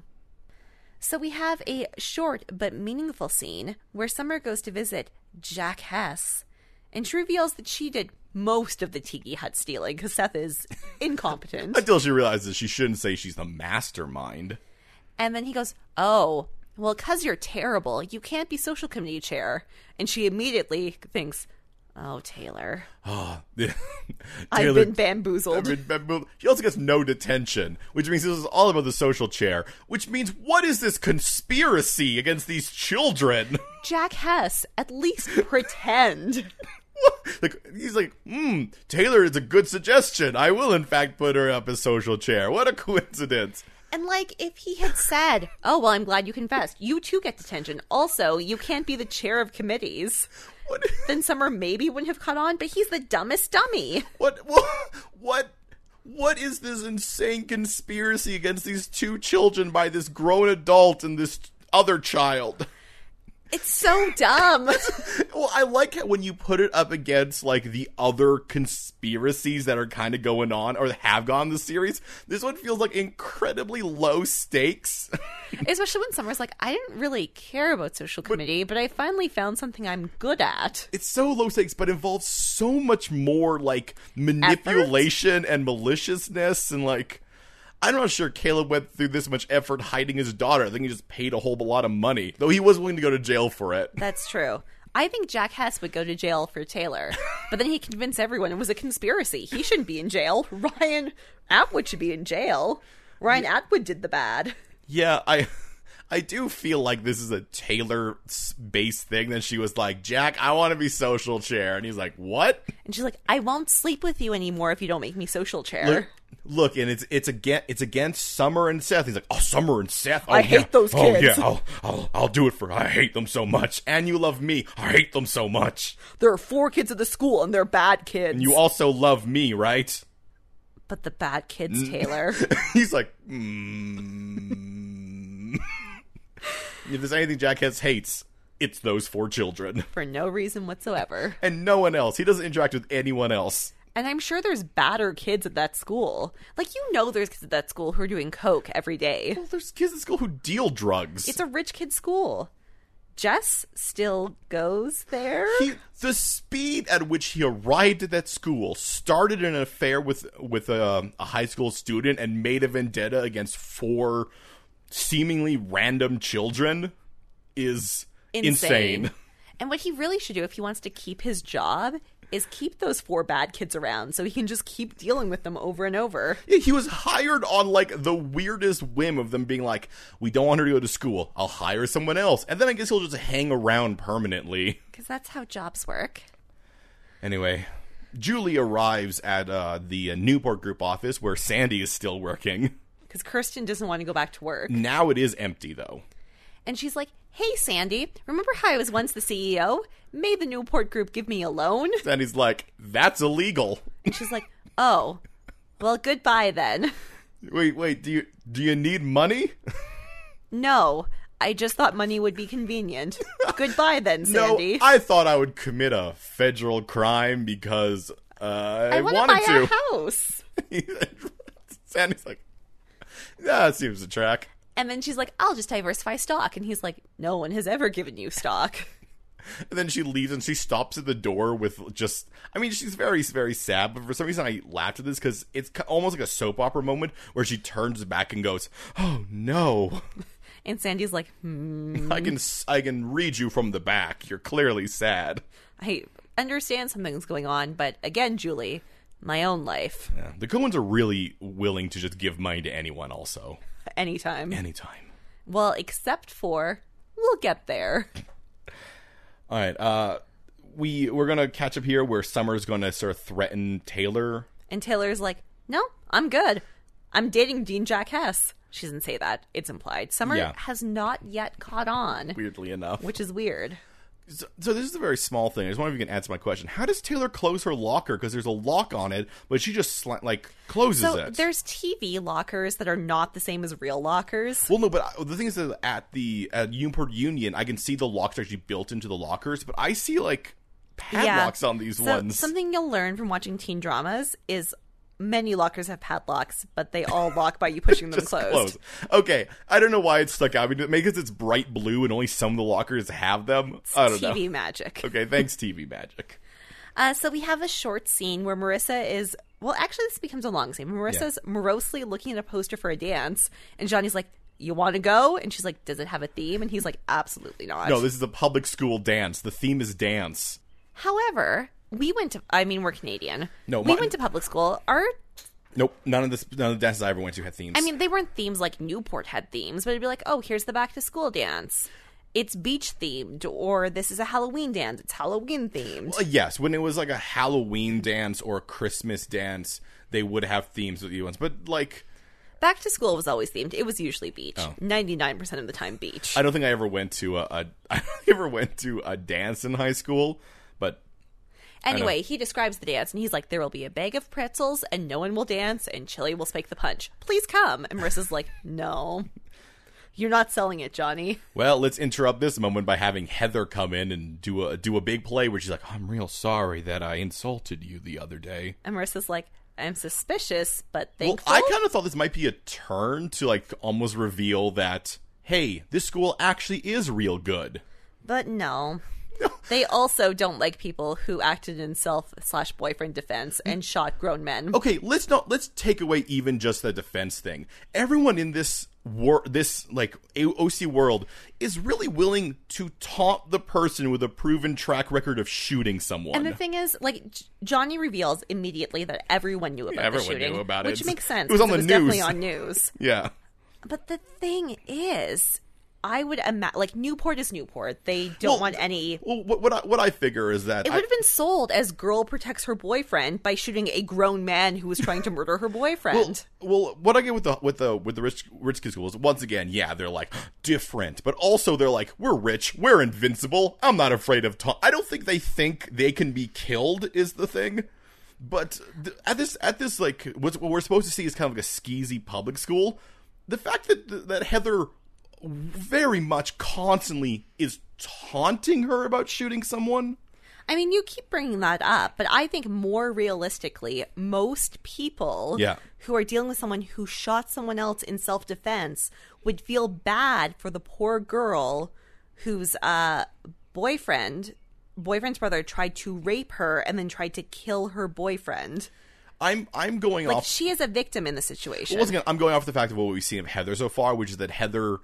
S2: So we have a short but meaningful scene where Summer goes to visit Jack Hess, and she reveals that she did most of the Tiki Hut stealing because Seth [laughs] is incompetent.
S1: Until she realizes she shouldn't say she's the mastermind.
S2: and then he goes, "Oh, well, cause you're terrible. You can't be social committee chair." And she immediately thinks, "Oh, Taylor,
S1: Ah, [laughs] Taylor.
S2: I've been bamboozled."
S1: I mean, bamboozled. He also gets no detention, which means this is all about the social chair. Which means, what is this conspiracy against these children? [laughs]
S2: Jack Hess, at least [laughs] pretend.
S1: like he's like, hmm, Taylor is a good suggestion. I will in fact put her up as social chair. What a coincidence.
S2: and like, if he had said, "Oh, well, I'm glad you confessed. You too get detention. Also, you can't be the chair of committees."
S1: What [laughs]
S2: Then Summer maybe wouldn't have caught on, but he's the dumbest dummy.
S1: what what what what is this insane conspiracy against these two children by this grown adult and this other child?
S2: It's so dumb.
S1: Well, I like how when you put it up against like the other conspiracies that are kind of going on or have gone in the series, this one feels like incredibly low stakes.
S2: [laughs] Especially when Summer's like, I didn't really care about social committee, but I finally found something I'm good at.
S1: it's so low stakes, but involves so much more like manipulation and maliciousness and like. I'm not sure Caleb went through this much effort hiding his daughter. I think he just paid a whole lot of money, though he was willing to go to jail for it.
S2: That's true. I think Jack Hess would go to jail for Taylor, but then he convinced everyone it was a conspiracy. He shouldn't be in jail. [laughs] Ryan Atwood should be in jail. Ryan Atwood did the bad.
S1: Yeah, I [laughs] I do feel like this is a Taylor s- based thing that she was like, "Jack, I want to be social chair." And he's like, "What?"
S2: And she's like, I won't sleep with you anymore if you don't make me social chair.
S1: Look, look, and it's it's against it's against Summer and Seth. He's like, "Oh, Summer and Seth. Oh,
S2: I hate
S1: yeah.
S2: those
S1: Oh
S2: kids."
S1: yeah, I'll, I'll I'll do it for. I hate them so much. And you love me. I hate them so much.
S2: There are four kids at the school and they're bad kids.
S1: You also love me, right?" [laughs]
S2: but the bad
S1: Mm.
S2: kids, Taylor.
S1: he's like, mm. [laughs] if there's anything Jack Hess hates, it's those four children.
S2: for no reason whatsoever.
S1: and no one else. He doesn't interact with anyone else.
S2: And I'm sure there's badder kids at that school. Like, you know, there's kids at that school who are doing coke every day.
S1: Well, there's kids at school who deal drugs.
S2: It's a rich kid school. Jess still goes there.
S1: He- the speed at which he arrived at that school started an affair with with a, a high school student and made a vendetta against four seemingly random children is insane.
S2: And what he really should do if he wants to keep his job is keep those four bad kids around so he can just keep dealing with them over and over.
S1: Yeah, he was hired on like the weirdest whim of them being like, "We don't want her to go to school. I'll hire someone else," and then I guess he'll just hang around permanently.
S2: Because that's how jobs work.
S1: Anyway, Julie arrives at uh, the uh, Newport Group office where Sandy is still working.
S2: Because Kirsten doesn't want to go back to work.
S1: Now it is empty though.
S2: And she's like, hey, Sandy, remember how I was once the CEO? May the Newport Group give me a loan?
S1: Sandy's like, "That's illegal."
S2: And she's like, [laughs] "Oh, well, goodbye then."
S1: Wait, wait. Do you do you need money?
S2: No, I just thought money would be convenient.
S1: [laughs]
S2: goodbye then, Sandy.
S1: No, I thought I would commit a federal crime because uh, I,
S2: I wanna
S1: wanted
S2: buy
S1: to.
S2: a house.
S1: [laughs] Sandy's like, "Yeah, that seems to track."
S2: And then she's like, "I'll just diversify stock." And he's like, "No one has ever given you stock."
S1: And then she leaves and she stops at the door with just. I mean, she's very, very sad, but for some reason I laughed at this because it's ki- almost like a soap opera moment where she turns back and goes, Oh no. [laughs]
S2: And Sandy's like, "Hmm,
S1: I, can, s- I can read you from the back. You're clearly sad.
S2: I understand something's going on, but again, Julie, my own life,
S1: Yeah. The Coens are really willing to just give money to anyone, also.
S2: anytime.
S1: Anytime.
S2: Well, except for we'll get there.
S1: All right. Uh, we, we're going to catch up here where Summer's going to sort of threaten Taylor.
S2: And Taylor's like, no, I'm good. I'm dating Dean Jack Hess. She doesn't say that. It's implied. Summer
S1: Yeah.
S2: has not yet caught on,
S1: Weirdly enough,
S2: which is weird.
S1: So, so this is a very small thing. I just wonder if you can answer my question. How does Taylor close her locker? Because there's a lock on it, but she just sla- like closes
S2: So
S1: it.
S2: there's TV lockers that are not the same as real lockers.
S1: Well, no, but I, the thing is that at the at Newport Union, I can see the locks actually built into the lockers, but I see like padlocks on these
S2: So
S1: ones.
S2: something you'll learn from watching teen dramas is many lockers have padlocks, but they all lock by you
S1: [laughs]
S2: pushing them closed.
S1: Close. Okay, I don't know why it stuck out. I mean, maybe because it's bright blue and only some of the lockers have them. I don't know.
S2: TV magic.
S1: Okay, thanks, TV
S2: [laughs]
S1: magic.
S2: Uh, so we have a short scene where Marissa is. Well, actually, this becomes a long scene. Marissa's morosely looking at a poster for a dance, and Johnny's like, "You want to go?" And she's like, "Does it have a theme?" And he's like, "Absolutely not."
S1: No, this is a public school dance. The theme is dance.
S2: However, we went to. I mean, we're Canadian.
S1: No,
S2: we
S1: my-
S2: went to public school. Our,
S1: Nope, none of this. None of the dances I ever went to had themes.
S2: I mean, they weren't themes like Newport had themes, but it'd be like, "Oh, here's the back to school dance." It's beach themed, or this is a Halloween dance. It's Halloween themed.
S1: Uh, yes, when it was like a Halloween dance or a Christmas dance, they would have themes with the ones. But like,
S2: Back to school was always themed. It was usually beach.
S1: Oh.
S2: Ninety nine percent of the time, beach.
S1: I don't think I ever went to a, [laughs] a I don't think I ever went to a dance in high school, but
S2: Anyway, he describes the dance and he's like, There will be a bag of pretzels and no one will dance and Chili will spike the punch. Please come. And Marissa's like, No. You're not selling it, Johnny.
S1: well, let's interrupt this moment by having Heather come in and do a do a big play where she's like, "I'm real sorry that I insulted you the other day."
S2: And Marissa's like, I'm suspicious, but
S1: Well,
S2: thankful.
S1: I kind of thought this might be a turn to like almost reveal that hey, this school actually is real good.
S2: but no. they also don't like people who acted in self slash boyfriend defense and shot grown men.
S1: okay, let's not let's take away even just the defense thing. Everyone in this war, this like A- OC world, is really willing to taunt the person with a proven track record of shooting someone.
S2: And the thing is, like J- Johnny reveals immediately that everyone knew about
S1: everyone
S2: the
S1: knew
S2: shooting,
S1: about it.
S2: which makes sense.
S1: It was on
S2: 'cause
S1: the
S2: Definitely
S1: news.
S2: on news.
S1: yeah,
S2: But the thing is, I would imagine like Newport is Newport. They don't
S1: Well,
S2: want any.
S1: well, what what I, what I figure is that
S2: It
S1: I-
S2: would have been sold as girl protects her boyfriend by shooting a grown man who was trying
S1: [laughs]
S2: to murder her boyfriend.
S1: Well, what I get with the with the with the rich rich kids schools once again, yeah, they're like different, but also they're like we're rich, we're invincible. I'm not afraid of. Ta-. I don't think they think they can be killed is the thing. But th- at this at this like what's, what we're supposed to see is kind of like a skeezy public school. The fact that that Heather very much constantly is taunting her about shooting someone.
S2: I mean, you keep bringing that up, but I think more realistically, most people
S1: Yeah.
S2: who are dealing with someone who shot someone else in self defense would feel bad for the poor girl whose uh, boyfriend, boyfriend's brother, tried to rape her and then tried to kill her boyfriend.
S1: I'm I'm going
S2: Like
S1: off
S2: she is a victim in the situation.
S1: Once again, I'm going off the fact of what we've seen of Heather so far, which is that Heather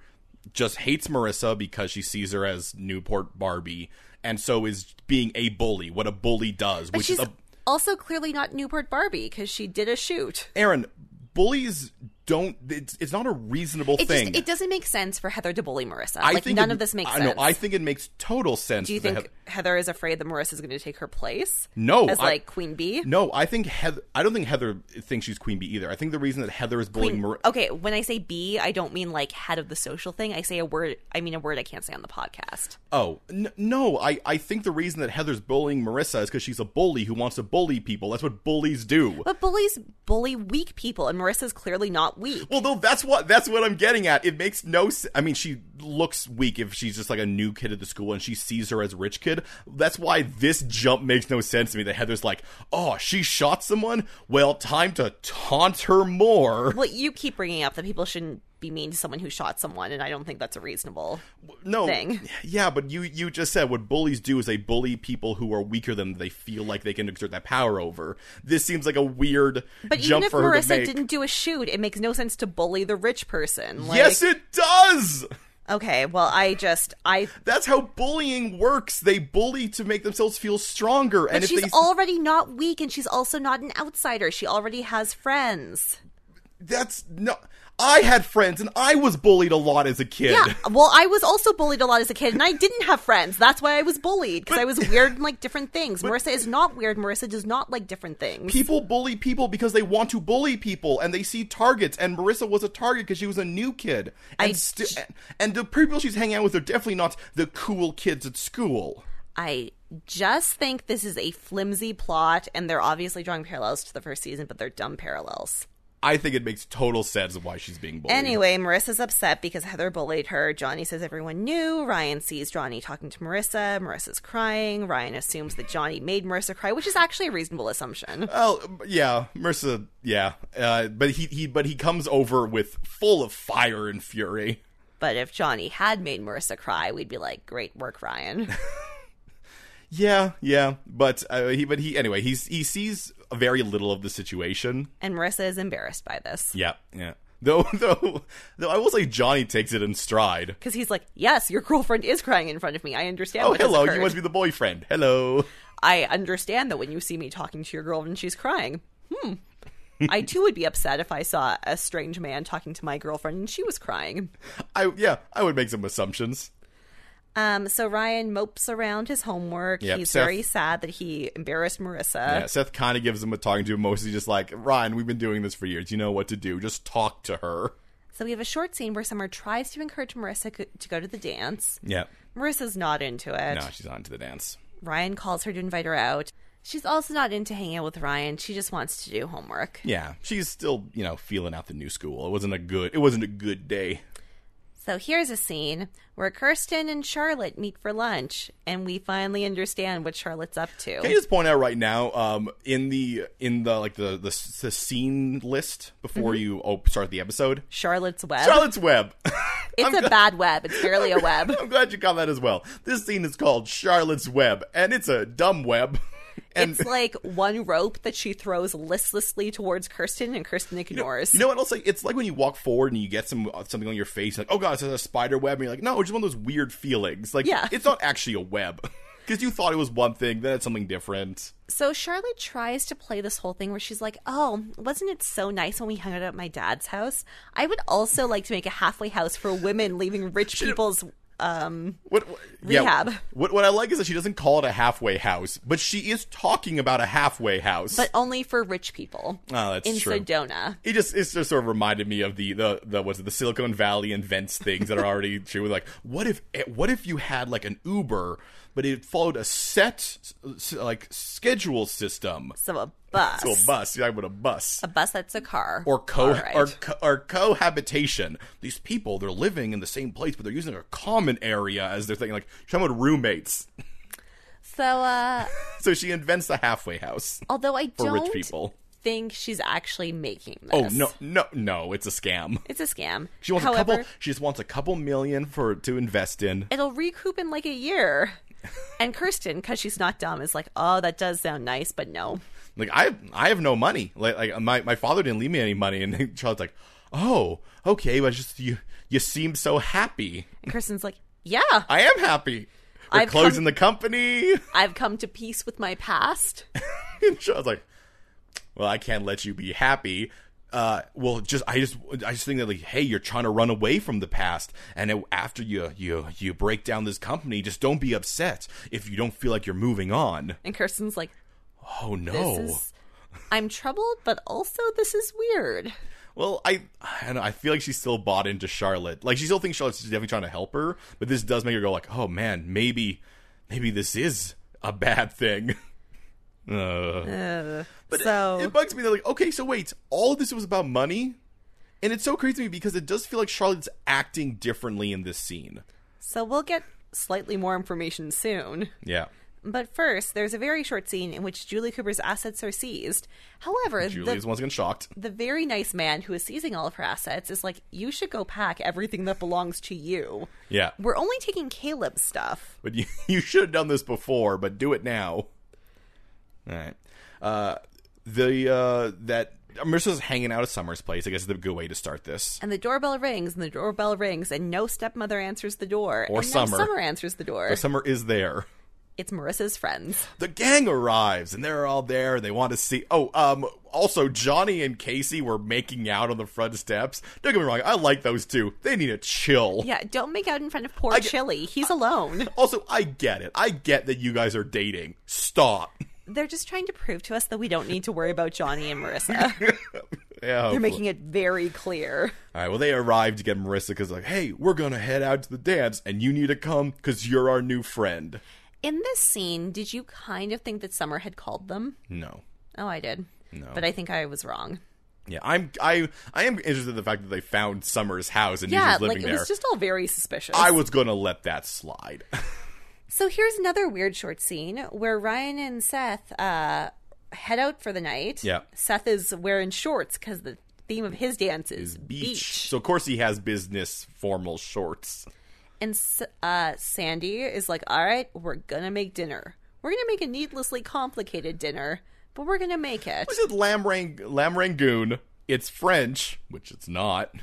S1: just hates Marissa because she sees her as Newport Barbie, and so is being a bully. What a bully does,
S2: but
S1: which
S2: she's
S1: is a
S2: also clearly not Newport Barbie because she did a shoot.
S1: Aaron. Bullies don't. It's, it's not a reasonable
S2: It
S1: thing.
S2: just it doesn't make sense for Heather to bully Marissa.
S1: I
S2: like
S1: think
S2: none
S1: it-
S2: of this makes
S1: I,
S2: sense.
S1: No, I think it makes total sense.
S2: Do you
S1: that
S2: think
S1: Heath-
S2: Heather is afraid that Marissa's going to take her place?
S1: No,
S2: as
S1: I-
S2: like Queen Bee.
S1: No, I think Heather. I don't think Heather thinks she's Queen Bee either. I think the reason that Heather is bullying Marissa.
S2: Mm. Okay, when I say bee, I don't mean like head of the social thing. I say a word. I mean a word I can't say on the podcast.
S1: Oh n- no! I, I think the reason that Heather's bullying Marissa is because she's a bully who wants to bully people. That's what bullies do.
S2: But bullies bully weak people, and Marissa's clearly not weak.
S1: Well, no, that's what that's what I'm getting at. It makes no. s- I mean, she looks weak if she's just like a new kid at the school and she sees her as rich kid. That's why this jump makes no sense to me. That Heather's like, oh, she shot someone. Well, time to taunt her more.
S2: Well, you keep bringing up that people shouldn't be mean to someone who shot someone, and I don't think that's a reasonable.
S1: No,
S2: thing.
S1: yeah, but you you just said what bullies do is they bully people who are weaker than they feel like they can exert that power over. This seems like a weird
S2: But
S1: jump
S2: even if
S1: for her to
S2: Marissa
S1: make.
S2: didn't do a shoot, it makes no sense to bully the rich person. Like,
S1: yes, it does.
S2: Okay. Well, I just I.
S1: That's how bullying works. They bully to make themselves feel stronger. and if
S2: She's
S1: they,
S2: already not weak, and she's also not an outsider. She already has friends.
S1: that's no. I had friends, and I was bullied a lot as a kid.
S2: Yeah, well, I was also bullied a lot as a kid, and I didn't have friends. That's why I was bullied because I was weird and like different things. Marissa is not weird. Marissa does not like different things.
S1: People bully people because they want to bully people, and they see targets. And Marissa was a target because she was a new kid, and
S2: I
S1: sti- and the people she's hanging out with are definitely not the cool kids at school.
S2: I just think this is a flimsy plot, and they're obviously drawing parallels to the first season, but they're dumb parallels.
S1: I think it makes total sense of why she's being bullied.
S2: Anyway, Marissa's upset because Heather bullied her. Johnny says everyone knew. Ryan sees Johnny talking to Marissa. Marissa's crying. Ryan assumes that Johnny made Marissa cry, which is actually a
S1: [laughs]
S2: reasonable assumption.
S1: Oh yeah, Marissa. Yeah, uh, but he, he but he comes over with full of fire and fury.
S2: But if Johnny had made Marissa cry, we'd be like, great
S1: [laughs]
S2: work, Ryan.
S1: Yeah, yeah, but uh, he but he anyway he's he sees very little of the situation.
S2: and Marissa is embarrassed by this.
S1: Yeah, yeah. Though [laughs] though though I will say Johnny takes it in stride.
S2: Because he's like, yes, your girlfriend is crying in front of me. I understand.
S1: Oh
S2: what has
S1: hello, you
S2: occurred.
S1: must be the boyfriend. Hello.
S2: I understand that when you see me talking to your girlfriend, she's crying.
S1: [laughs]
S2: Hmm. I too would be upset if I saw a strange man talking to my girlfriend and she was crying.
S1: I yeah I would make some assumptions.
S2: Um, so Ryan mopes around his homework.
S1: Yep,
S2: He's
S1: Seth-
S2: very sad that he embarrassed Marissa.
S1: Yeah, Seth kind of gives him a talking to, mostly just like Ryan. We've been doing this for years. You know what to do. Just talk to her.
S2: So we have a short scene where Summer tries to encourage Marissa co- to go to the dance.
S1: Yeah.
S2: Marissa's not into it.
S1: No, she's on to the dance.
S2: Ryan calls her to invite her out. She's also not into hanging out with Ryan. She just wants to do homework.
S1: Yeah, she's still you know feeling out the new school. It wasn't a good. It wasn't a good day.
S2: So here's a scene where Kirsten and Charlotte meet for lunch, and we finally understand what Charlotte's up to.
S1: Can I just point out right now, um, in the in the like the the, s- the scene list before you op- start the episode,
S2: Charlotte's web.
S1: Charlotte's Web. [laughs]
S2: it's a bad web. It's barely a web.
S1: I'm glad you caught that as well. This scene is called Charlotte's Web, and it's a dumb web. And
S2: It's like one rope that she throws listlessly towards Kirsten, and Kirsten ignores.
S1: you know what else? Like, it's like when you walk forward and you get some uh, something on your face, like oh god, it's a spider web, and you're like, no, it's just one of those weird feelings. Like,
S2: Yeah.
S1: it's not actually a web [laughs] because you thought it was one thing, then it's something different.
S2: So Charlotte tries to play this whole thing where she's like, "Oh, wasn't it so nice when we hung out at my dad's house? I would also like to make a halfway house for women leaving rich people's." Um,
S1: What, what yeah,
S2: Rehab.
S1: what what I like is that she doesn't call it a halfway house, but she is talking about a halfway house.
S2: but only for rich people
S1: Oh, that's
S2: in
S1: true.
S2: Sedona.
S1: It just it just sort of reminded me of the the the what's it, the Silicon Valley invents things that are
S2: [laughs]
S1: already true. Like what if eh, what if you had like an Uber, but it followed a set s- like schedule system?
S2: So a bus.
S1: So a bus, yeah, but a bus.
S2: A bus that's a car.
S1: or co
S2: All right.
S1: or co- or cohabitation. These people they're living in the same place, but they're using a common area as their thing. Like you're talking about roommates, [laughs]
S2: so uh
S1: so she invents the halfway house
S2: although I
S1: for
S2: don't
S1: rich people.
S2: think she's actually making this.
S1: Oh no, no, no! It's a scam.
S2: It's a scam.
S1: She wants
S2: However,
S1: a couple. She just wants a couple million for to invest in.
S2: it'll recoup in like a year. And Kirsten, because she's not dumb, is like, oh, that does sound nice, but no.
S1: Like I, I have no money. Like, like my my father didn't leave me any money, and [laughs] Charlotte's like, oh, okay, but just you you seem so happy.
S2: And Kirsten's like, yeah,
S1: I am happy. We're
S2: I've
S1: closing
S2: come-
S1: the company.
S2: I've come to peace with my past.
S1: and Charlotte's like, well, I can't let you be happy. Uh, well, just I just I just think that like, hey, you're trying to run away from the past, and it, after you you you break down this company, just don't be upset if you don't feel like you're moving on.
S2: And Kirsten's like,
S1: Oh no.
S2: this is. I'm troubled, but also this is weird.
S1: Well, I I, don't know, I feel like she's still bought into Charlotte. Like she still thinks Charlotte's definitely trying to help her, but this does make her go like, "Oh man, maybe maybe this is a bad thing." [laughs] Uh,
S2: Ugh.
S1: but it-
S2: so
S1: it, bugs me. They're like, "Okay, so wait, all of this was about money." And it's so crazy to me because it does feel like Charlotte's acting differently in this scene.
S2: So we'll get slightly more information soon.
S1: Yeah.
S2: But first, there's a very short scene in which Julie Cooper's assets are seized. However,
S1: Julie is
S2: the,
S1: once again shocked.
S2: the very nice man who is seizing all of her assets is like, You should go pack everything that belongs to you.
S1: Yeah.
S2: We're only taking Caleb's stuff.
S1: [laughs] But you, you should have done this before, but do it now. All right. Uh, the uh, that Marissa's hanging out at Summer's place. I guess is the good way to start this.
S2: And the doorbell rings, and the doorbell rings, and no stepmother answers the door.
S1: Or
S2: and no
S1: Summer.
S2: Summer answers the door.
S1: Summer is there.
S2: It's Marissa's friends.
S1: The gang arrives and they're all there. They want to see. Oh, um. Also, Johnny and Casey were making out on the front steps. Don't get me wrong. I like those two. They need a chill.
S2: Yeah, don't make out in front of poor
S1: get-
S2: Chili. He's
S1: [laughs]
S2: alone.
S1: Also, I get it. I get that you guys are dating. Stop. [laughs]
S2: They're just trying to prove to us that we don't need to worry about Johnny and Marissa.
S1: [laughs] Yeah.
S2: They're making it very clear.
S1: All right. Well, they arrived to get Marissa because, like, hey, we're gonna head out to the dance, and you need to come because you're our new friend.
S2: In this scene, did you kind of think that Summer had called them?
S1: No.
S2: Oh, I did.
S1: No.
S2: But I think I was wrong.
S1: Yeah, I'm I I am interested in the fact that they found Summer's house and
S2: Yeah,
S1: he was
S2: like
S1: living
S2: it
S1: there.
S2: was just all very suspicious.
S1: I was gonna let that slide.
S2: So here's another weird short scene where Ryan and Seth uh, head out for the night.
S1: Yeah.
S2: Seth is wearing shorts because the theme of his dance is
S1: beach.
S2: beach.
S1: So of course he has business formal shorts.
S2: And S- uh, Sandy is like, all right, we're going to make dinner. We're going to make a needlessly complicated dinner, but we're going to make it.
S1: This is lamb, rang- lamb rangoon. It's French, which it's not.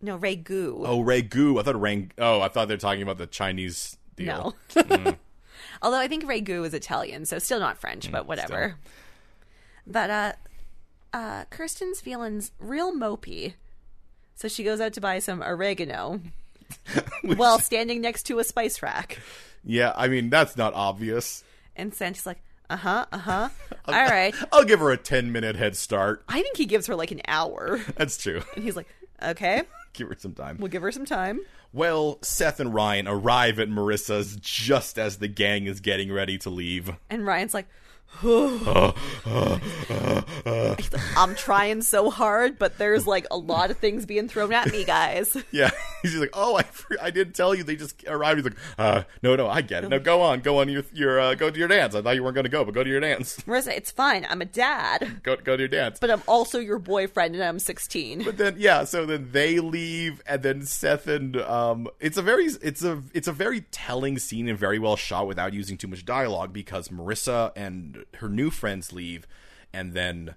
S2: No, ragu.
S1: Oh, ragu. I thought rang. Oh, I thought they're talking about the Chinese deal.
S2: no. Although I think ragu is Italian, so still not French, but whatever. But uh, uh, Kirsten's feelings real mopey. So she goes out to buy some oregano [laughs] while standing next to a spice rack.
S1: Yeah, I mean that's not obvious.
S2: And Sandy's like, uh huh, uh huh. All right.
S1: I'll give her a ten minute head start.
S2: I think he gives her like an hour.
S1: That's true. [laughs]
S2: And he's like, okay,
S1: give her some time.
S2: we'll give her some time.
S1: Well, Seth and Ryan arrive at Marissa's just as the gang is getting ready to leave.
S2: And Ryan's like, [sighs] He's like, I'm trying so hard, but there's like a lot of things being thrown at me, guys. [laughs]
S1: [laughs] Yeah, he's like, "Oh, I, for- I didn't tell you they just arrived." He's like, "Uh, no, no, I get it. No, go on, go on your your uh, go to your dance. I thought you weren't going to go, but go to your dance. [laughs]
S2: Marissa, it's fine. I'm a dad,
S1: Go go to your dance."
S2: but I'm also your boyfriend, and I'm 16.
S1: But then yeah, so then they leave, and then Seth and um, it's a very it's a it's a very telling scene and very well shot without using too much dialogue because Marissa and her new friends leave, and then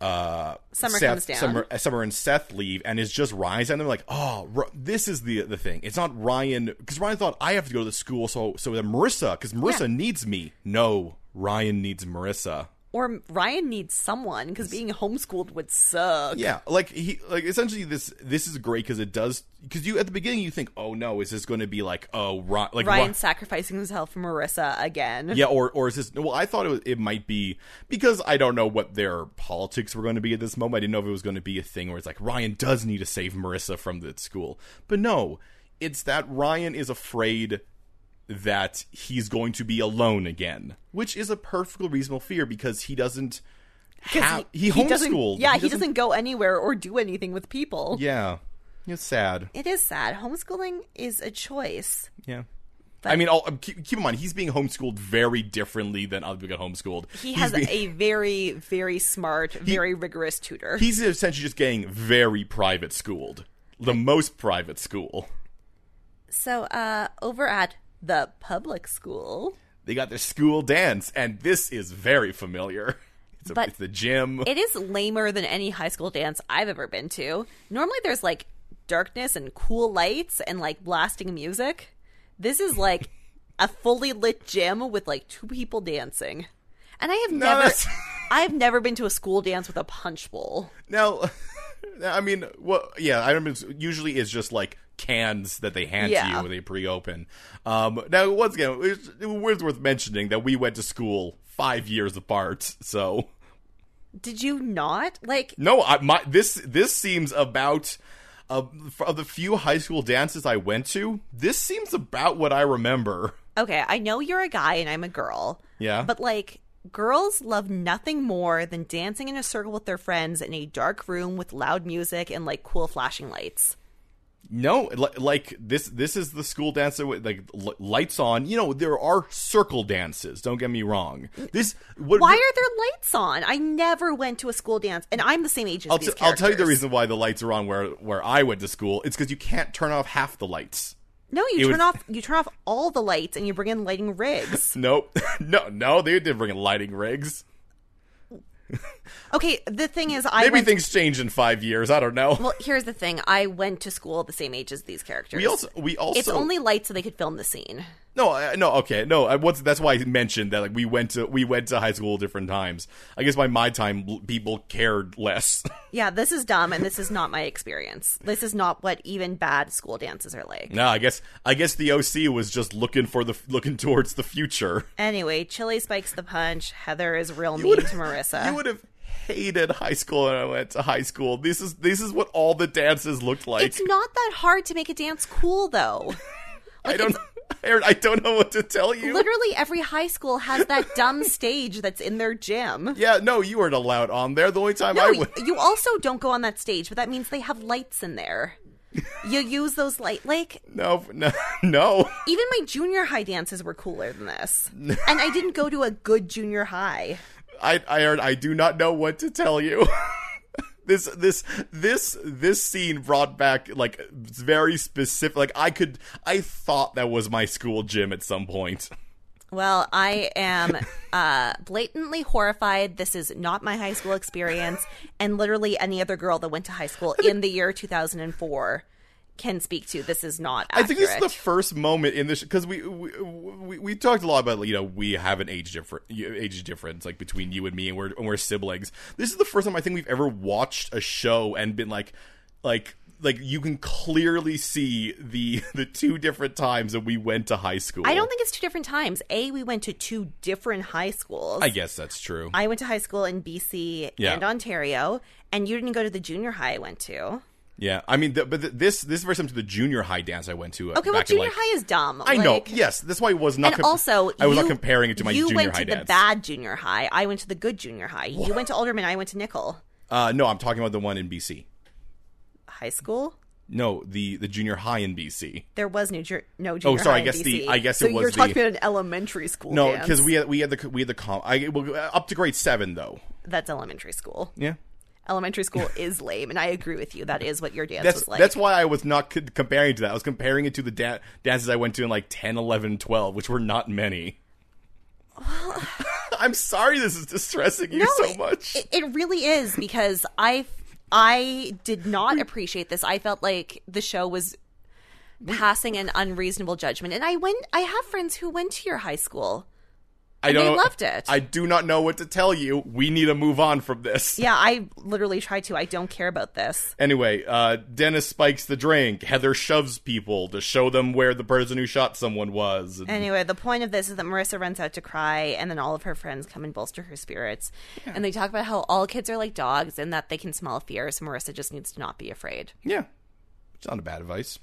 S1: uh,
S2: Summer
S1: Seth,
S2: comes down.
S1: Summer, uh, Summer and Seth leave, and it's just Ryan's and they're like, oh, R- this is the the thing. It's not Ryan because Ryan thought I have to go to the school, so so then Marissa because Marissa
S2: Yeah.
S1: needs me. No, Ryan needs Marissa.
S2: Or Ryan needs someone because being homeschooled would suck.
S1: Yeah, like he like essentially this this is great because it does because you at the beginning you think oh no is this going to be like oh Ry- like Ry-
S2: Ryan sacrificing himself for Marissa again.
S1: yeah or or is this well I thought it was, it might be because I don't know what their politics were going to be at this moment I didn't know if it was going to be a thing where it's like Ryan does need to save Marissa from the school but no it's that Ryan is afraid that he's going to be alone again which is a perfectly reasonable fear because he doesn't
S2: 'Cause
S1: have he,
S2: doesn't-
S1: homeschooled
S2: yeah, he doesn't, go anywhere or do anything with people.
S1: yeah it's sad
S2: It is sad. Homeschooling is a choice.
S1: Yeah. I mean, I'll, um, keep, keep in mind he's being homeschooled very differently than other people get homeschooled.
S2: He
S1: He's
S2: has
S1: being-
S2: a very, very smart, very rigorous tutor.
S1: he's essentially just getting very private schooled, the most private school.
S2: so, uh, over at the public school,
S1: They got their school dance, and this is very familiar. It's, a,
S2: But-
S1: it's the gym.
S2: it is lamer than any high school dance I've ever been to. Normally, there's like darkness and cool lights and like blasting music. This is like a fully lit gym with like two people dancing. And I have never, [laughs]
S1: that's-
S2: I've never been to a school dance with a punch bowl.
S1: now, [laughs] I mean, well, yeah, I remember. it's- Usually, it's just like cans that they hand to
S2: Yeah.
S1: you when they pre-open. Um, now, once again, it's, it was worth mentioning that we went to school five years apart, so.
S2: Did you not? Like,
S1: No, I, my this this seems about uh, f- of the few high school dances I went to. This seems about what I remember. [laughs]
S2: okay, I know you're a guy and I'm a girl.
S1: Yeah.
S2: But like girls love nothing more than dancing in a circle with their friends in a dark room with loud music and like cool flashing lights.
S1: No, li- like this this is the school dance that with like l- lights on. You know, there are circle dances. Don't get me wrong. This what,
S2: Why are there lights on? I never went to a school dance and I'm the same age as
S1: I'll,
S2: these
S1: t- I'll tell you the
S2: characters.
S1: reason why the lights are on where where I went to school. It's because you can't turn off half the lights.
S2: No, you
S1: It
S2: turn
S1: was-
S2: off you turn off all the lights and you bring in
S1: [laughs]
S2: lighting rigs.
S1: Nope, no, no, they didn't bring in lighting rigs.
S2: Okay, the thing is I
S1: Maybe
S2: went
S1: things change in five years. I don't know.
S2: Well, here's the thing. I went to school the same age as these characters.
S1: we also we also
S2: it's only light so they could film the scene.
S1: No, I- no, okay, no. I, what's, that's why I mentioned that like we went to we went to high school different times. I guess by my time, l- people cared less. [laughs]
S2: Yeah, this is dumb, and this is not my experience. This is not what even bad school dances are like.
S1: no, I guess I guess the OC was just looking for the looking towards the future.
S2: Anyway, Chili spikes the punch. Heather is real mean
S1: would've-
S2: to Marissa.
S1: You would have hated high school when I went to high school. This is this is what all the dances looked like.
S2: it's not that hard to make a dance cool, though.
S1: [laughs] I don't. Aaron, I don't know what to tell you.
S2: Literally every high school has that
S1: [laughs]
S2: dumb stage that's in their gym.
S1: yeah, no, you weren't allowed on there. The only time
S2: No,
S1: I
S2: y-
S1: went,
S2: you also don't go on that stage, but that means they have lights
S1: [laughs]
S2: in there. You use those light like
S1: no, [laughs] no, no.
S2: even my junior high dances were cooler
S1: [laughs]
S2: than this. And I didn't go to a good junior high.
S1: I, I, Aaron, I do not know what to tell you. [laughs] this, this, this, this scene brought back like very specific. Like I could, I thought that was my school gym at some point.
S2: Well, I am uh, blatantly horrified. This is not my high school experience, and literally any other girl that went to high school in the year 2004 can speak to. This is not.
S1: I
S2: Accurate.
S1: think this is the first moment in this because we we, we we talked a lot about you know we have an age different age difference like between you and me and we're and we're siblings. This is the first time I think we've ever watched a show and been like like like you can clearly see the [laughs] the two different times that we went to high school.
S2: I don't think it's two different times. A, we went to two different high schools.
S1: I guess that's true.
S2: I went to high school in BC
S1: Yeah.
S2: and Ontario, and you didn't go to the junior high I went to.
S1: yeah, I mean, the, but th this this is the first time to the junior high dance I went to. uh,
S2: Okay, well,
S1: back in,
S2: junior
S1: like-
S2: high is dumb.
S1: I know.
S2: Like-
S1: Yes, that's why I was not.
S2: And
S1: com-
S2: also,
S1: I was
S2: you,
S1: not comparing it to my
S2: you
S1: junior
S2: went
S1: high
S2: to the
S1: dance.
S2: bad junior high. I went to the good junior high. You went to Alderman. I went to Nickel
S1: uh, no, I'm talking about the one in BC.
S2: High School.
S1: No, the the junior high in BC.
S2: There was New Jer- no junior
S1: sorry, Oh, I
S2: high in
S1: guess the-
S2: BC.
S1: I guess
S2: so
S1: it was
S2: You're talking
S1: the-
S2: about an elementary school.
S1: No,
S2: dance.
S1: because we had we had the we had the com. I well, go- up to grade seven though.
S2: that's elementary school.
S1: Yeah,
S2: Elementary
S1: [laughs]
S2: school is lame, and I agree with you. That is what your dance
S1: that's
S2: was like.
S1: that's why I was not c- comparing to that. I was comparing it to the da- dances I went to in like 10, 11, 12, which were not many. [laughs] I'm sorry, this is distressing you so
S2: it-
S1: much.
S2: It, it really is because I I did not appreciate this. I felt like the show was passing an unreasonable judgment, and I went. I have friends who went to your high school.
S1: I don't
S2: they
S1: know-
S2: loved it.
S1: I do not know what to tell you. We need to move on from this.
S2: Yeah, I literally tried to. I don't care about this.
S1: Anyway, uh, Dennis spikes the drink. Heather shoves people to show them where the person who shot someone was. And-
S2: Anyway, the point of this is that Marissa runs out to cry, and then all of her friends come and bolster her spirits. And they talk about how all kids are like dogs and that they can smell fear, so Marissa just needs to not be afraid.
S1: yeah, it's not a bad advice.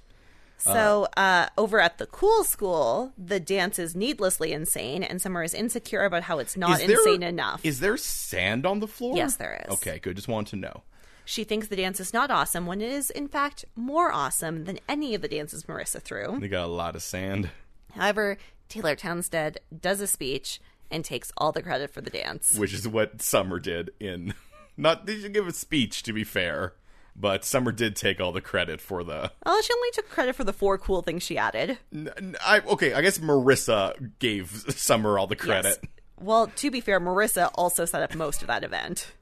S2: So, uh, over at the cool school, the dance is needlessly insane, and Summer is insecure about how it's not
S1: Is there-
S2: insane enough.
S1: Is there sand on the floor?
S2: Yes, there is.
S1: Okay, good. Just wanted to know.
S2: she thinks the dance is not awesome when it is, in fact, more awesome than any of the dances Marissa threw.
S1: They got a lot of sand.
S2: However, Taylor Townstead does a speech and takes all the credit for the dance.
S1: Which is what Summer did in [laughs] not they should give a speech to be fair. But Summer did take all the credit for the.
S2: Oh, she only took credit for the four cool things she added.
S1: N- n- I, okay, I guess Marissa gave Summer all the credit.
S2: Yes. Well, to be fair, Marissa also set up most of that event.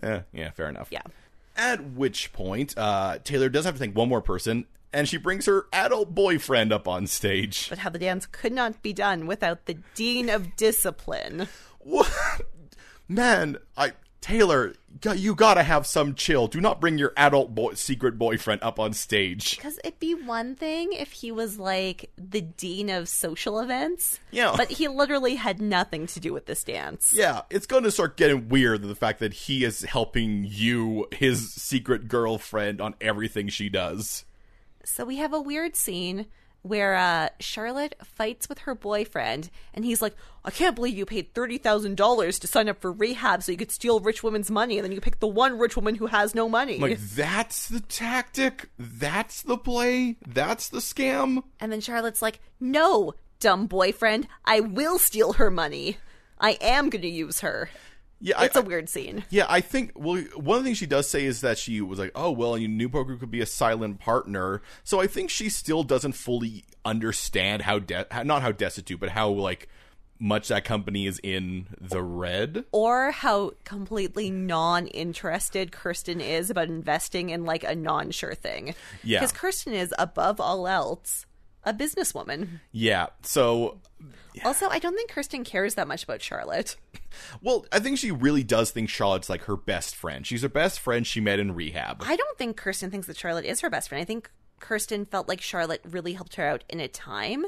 S1: Eh, yeah, fair enough.
S2: Yeah.
S1: At which point, uh, Taylor does have to thank one more person, and she brings her adult boyfriend up on stage.
S2: [laughs] But how the dance could not be done without the dean of discipline.
S1: What? Man, I Taylor, go- you gotta have some chill. Do not bring your adult boy, secret boyfriend up on stage.
S2: Because it'd be one thing if he was like the dean of social events.
S1: Yeah.
S2: But he literally had nothing to do with this dance.
S1: Yeah, it's going to start getting weird the fact that he is helping you, his secret girlfriend, on everything she does.
S2: So we have a weird scene where uh, Charlotte fights with her boyfriend, and he's like, I can't believe you paid $30,000 to sign up for rehab so you could steal rich women's money, and then you pick the one rich woman who has no money.
S1: Like, that's the tactic? That's the play? That's the scam?
S2: and then Charlotte's like, No, dumb boyfriend, I will steal her money. I am going to use her.
S1: Yeah,
S2: It's
S1: I,
S2: a weird scene.
S1: Yeah, I think. Well, one of the things she does say is that she was like, "Oh, well, you knew poker could be a silent partner." So I think she still doesn't fully understand how, de- how not how destitute, but how like much that company is in the red.
S2: or how completely non-interested Kirsten is about investing in like a non-sure thing.
S1: Yeah.
S2: because Kirsten is above all else a businesswoman.
S1: Yeah. So,
S2: Also, I don't think Kirsten cares that much about Charlotte.
S1: well, I think she really does think Charlotte's like her best friend. She's her best friend she met in rehab.
S2: I don't think Kirsten thinks that Charlotte is her best friend. I think Kirsten felt like Charlotte really helped her out in a time.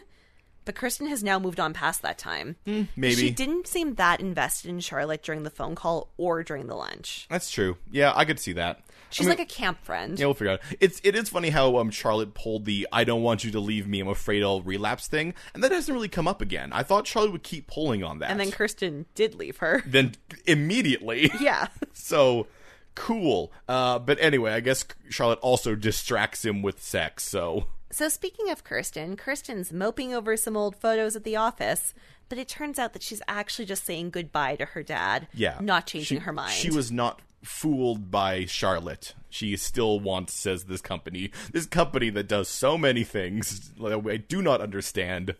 S2: But Kirsten has now moved on past that time.
S1: Maybe
S2: She didn't seem that invested in Charlotte during the phone call or during the lunch.
S1: that's true. Yeah, I could see that.
S2: She's like a camp friend.
S1: Yeah, we'll figure it out. It's it is funny how um Charlotte pulled the "I don't want you to leave me. I'm afraid I'll relapse" thing, and that doesn't really come up again. I thought Charlotte would keep pulling on that,
S2: And then Kirsten did leave her. [laughs]
S1: then immediately.
S2: Yeah.
S1: [laughs] so cool. Uh, but anyway, I guess Charlotte also distracts him with sex. So
S2: So speaking of Kirsten, Kirsten's moping over some old photos at the office, but it turns out that she's actually just saying goodbye to her dad.
S1: yeah,
S2: Not changing
S1: She-
S2: her mind.
S1: She was not fooled by Charlotte. She still wants, says this company, this company that does so many things that I do not understand.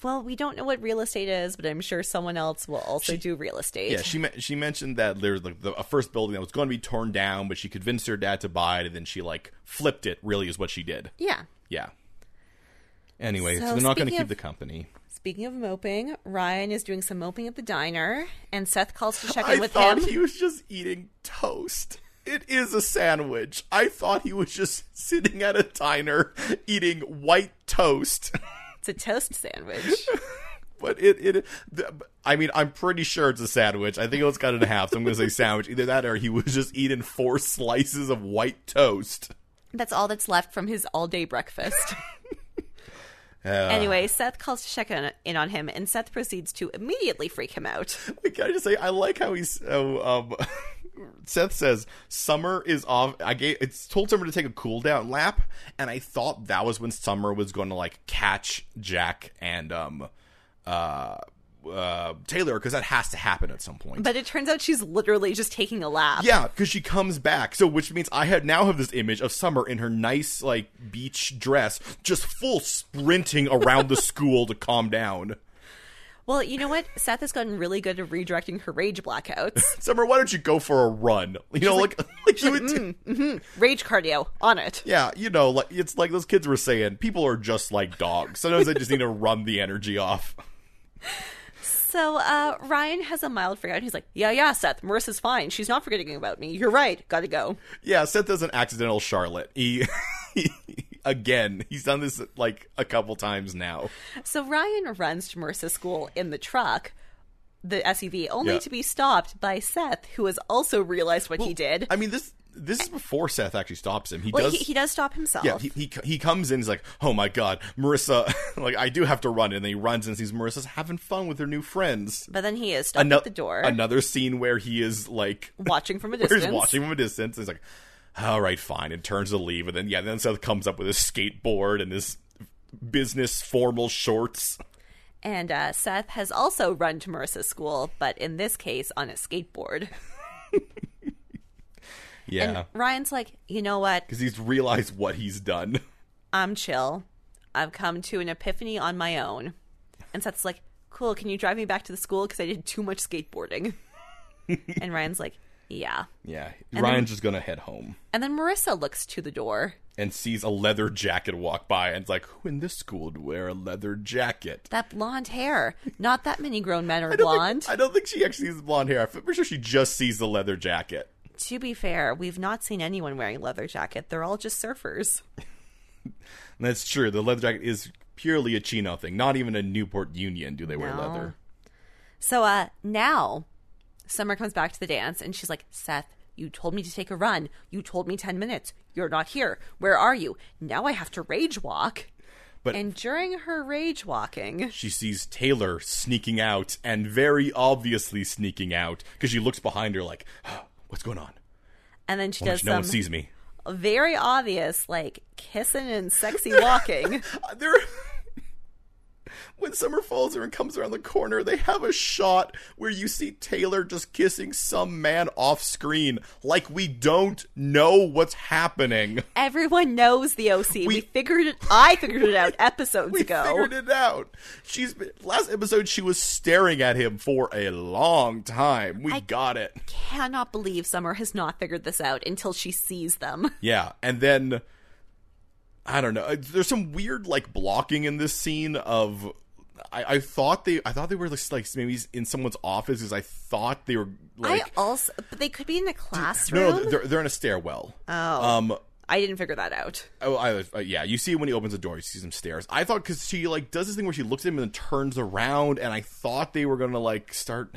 S2: well, we don't know what real estate is, but I'm sure someone else will also do real estate.
S1: Yeah, she men- she mentioned that there's like the, a first building that was going to be torn down, but she convinced her dad to buy it, and then she like flipped it. Really, is what she did.
S2: yeah.
S1: Yeah. Anyway, so,
S2: So
S1: they're not going to
S2: speaking
S1: keep
S2: of-
S1: the company.
S2: Speaking of moping, Ryan is doing some moping at the diner, and Seth calls to check in
S1: [laughs] I
S2: with
S1: thought
S2: him.
S1: he was just eating toast. It is a sandwich. I thought he was just sitting at a diner eating white toast.
S2: It's a toast sandwich.
S1: But it, it, th- I mean, I'm pretty sure it's a sandwich. I think it was cut in half, so I'm going to say sandwich. Either that or he was just eating four slices of white toast.
S2: That's all that's left from his all
S1: [laughs]
S2: day breakfast. [laughs]
S1: Uh,
S2: anyway, Seth calls to check on- in on him, and Seth proceeds to immediately freak him out.
S1: Can I just say I like how he's oh, um [laughs] Seth says Summer is off. I gave it's told Summer to take a cool down lap, and I thought that was when Summer was going to like catch Jack and um uh uh Taylor because that has to happen at some point.
S2: But it turns out she's literally just taking a lap.
S1: yeah, because she comes back, so which means I have now have this image of Summer in her nice like beach dress, just full sprinting around the [laughs] school to calm down.
S2: Well, you know what? Seth has gotten really good at redirecting her rage blackouts. [laughs]
S1: Summer, why don't you go for a run? You know, like [laughs] like, you would do.
S2: rage cardio on it.
S1: Yeah, you know, like it's like those kids were saying, people are just like dogs. Sometimes they just need to run the energy off.
S2: So uh, Ryan has a mild freak out. He's like, "Yeah, yeah, Seth, Marissa's fine. She's not forgetting about me. You're right. Got to go."
S1: Yeah, Seth is an accidental Charlotte. He, [laughs] again, he's done this like a couple times now.
S2: So Ryan runs to Marissa's school in the truck, the SUV, only
S1: Yeah.
S2: to be stopped by Seth, who has also realized what he did.
S1: I mean, this this is before Seth actually stops him. He
S2: well,
S1: does.
S2: he, he does stop himself.
S1: yeah, he, he he comes in. He's like, "Oh my god, Marissa! [laughs] like, I do have to run." And then he runs and sees Marissa's having fun with her new friends.
S2: but then he is stopped
S1: Ano-
S2: at the door,
S1: Another scene where he is like
S2: [laughs] watching from a
S1: He's
S2: distance.
S1: watching from a distance. He's like, all right, fine, and turns to leave. And then, yeah, then Seth comes up with his skateboard and his business formal shorts.
S2: And uh, Seth has also run to Marissa's school, but in this case on a skateboard.
S1: Yeah.
S2: Ryan's like, you know what?
S1: Because he's realized what he's done.
S2: I'm chill. I've come to an epiphany on my own. And Seth's like, cool, can you drive me back to the school? Because I did too
S1: [laughs]
S2: much skateboarding. and Ryan's like, yeah.
S1: Yeah. Ryan's just going to head home
S2: And then Marissa looks to the door.
S1: and sees a leather jacket walk by and is like, who in this school would wear a leather jacket?
S2: That blonde hair. Not that many grown men are
S1: I don't think-
S2: blonde.
S1: I don't think she actually sees blonde hair. I'm pretty sure she just sees the leather jacket.
S2: To be fair, we've not seen anyone wearing leather jacket. They're all just surfers.
S1: And that's true. The leather jacket is purely a Chino thing. Not even a Newport Union do they wear
S2: No.
S1: leather.
S2: So uh now Summer comes back to the dance and she's like, Seth, you told me to take a run. You told me ten minutes. You're not here. Where are you? Now I have to rage walk.
S1: But
S2: And during her rage walking,
S1: she sees Taylor sneaking out and very obviously sneaking out because she looks behind her like, "Ah, what's going on?
S2: and then she
S1: Why
S2: does
S1: no one
S2: some
S1: sees me.
S2: very obvious, like kissing and sexy
S1: [laughs]
S2: walking.
S1: Uh, There. When Summer falls her and comes around the corner, they have a shot where you see Taylor just kissing some man off screen, like we don't know what's happening.
S2: Everyone knows the OC. We, figured it. I figured it out
S1: [laughs] [laughs]
S2: episodes
S1: We
S2: ago.
S1: figured it out. She's been, last episode she was staring at him for a long time. We got it.
S2: Cannot believe Summer has not figured this out until she sees them.
S1: Yeah, and then I don't know. Uh, There's some weird like blocking in this scene of. I, I thought they, I thought they were just, like maybe in someone's office because I thought they were like
S2: I also, but they could be in a classroom.
S1: no, no, they're they're in a stairwell. Oh, um,
S2: I didn't figure that out.
S1: Oh, I, uh, yeah. You see when he opens the door, you see some stairs. I thought because she like does this thing where she looks at him and then turns around, and I thought they were gonna like start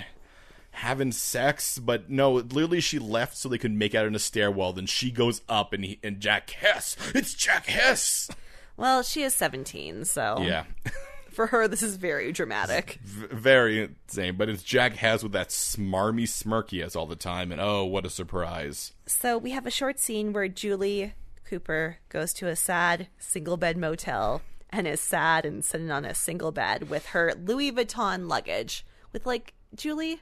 S1: having sex, but no. Literally, she left so they could make out in a stairwell. Then she goes up, and he and Jack Hess. It's Jack Hess.
S2: Well, she is 17, so
S1: Yeah,
S2: for her this is very dramatic.
S1: Um, [laughs] V- very insane. But it's Jack Hess with that smarmy smirk he has all the time, and oh, what a surprise!
S2: So we have a short scene where Julie Cooper goes to a sad single bed motel and is sad and sitting on a single bed with her Louis Vuitton luggage. With like Julie,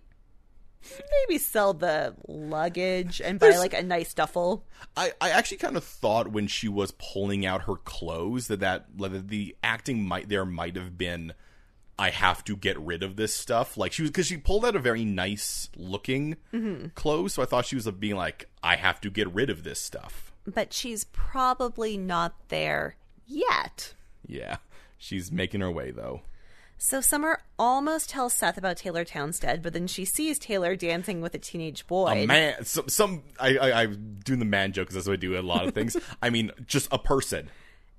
S2: maybe sell the luggage and buy
S1: There's-
S2: like a nice duffel.
S1: I, I actually kind of thought when she was pulling out her clothes that that that the acting might there might have been I have to get rid of this stuff like she was because she pulled out a very nice looking clothes so I thought she was being like I have to get rid of this stuff
S2: But she's probably not there yet.
S1: yeah she's making her way though
S2: So Summer almost tells Seth about Taylor Townstead, but then she sees Taylor dancing with a teenage boy.
S1: a man some, some I, I I'm doing the man joke because that's what I do in a lot of things I mean just a person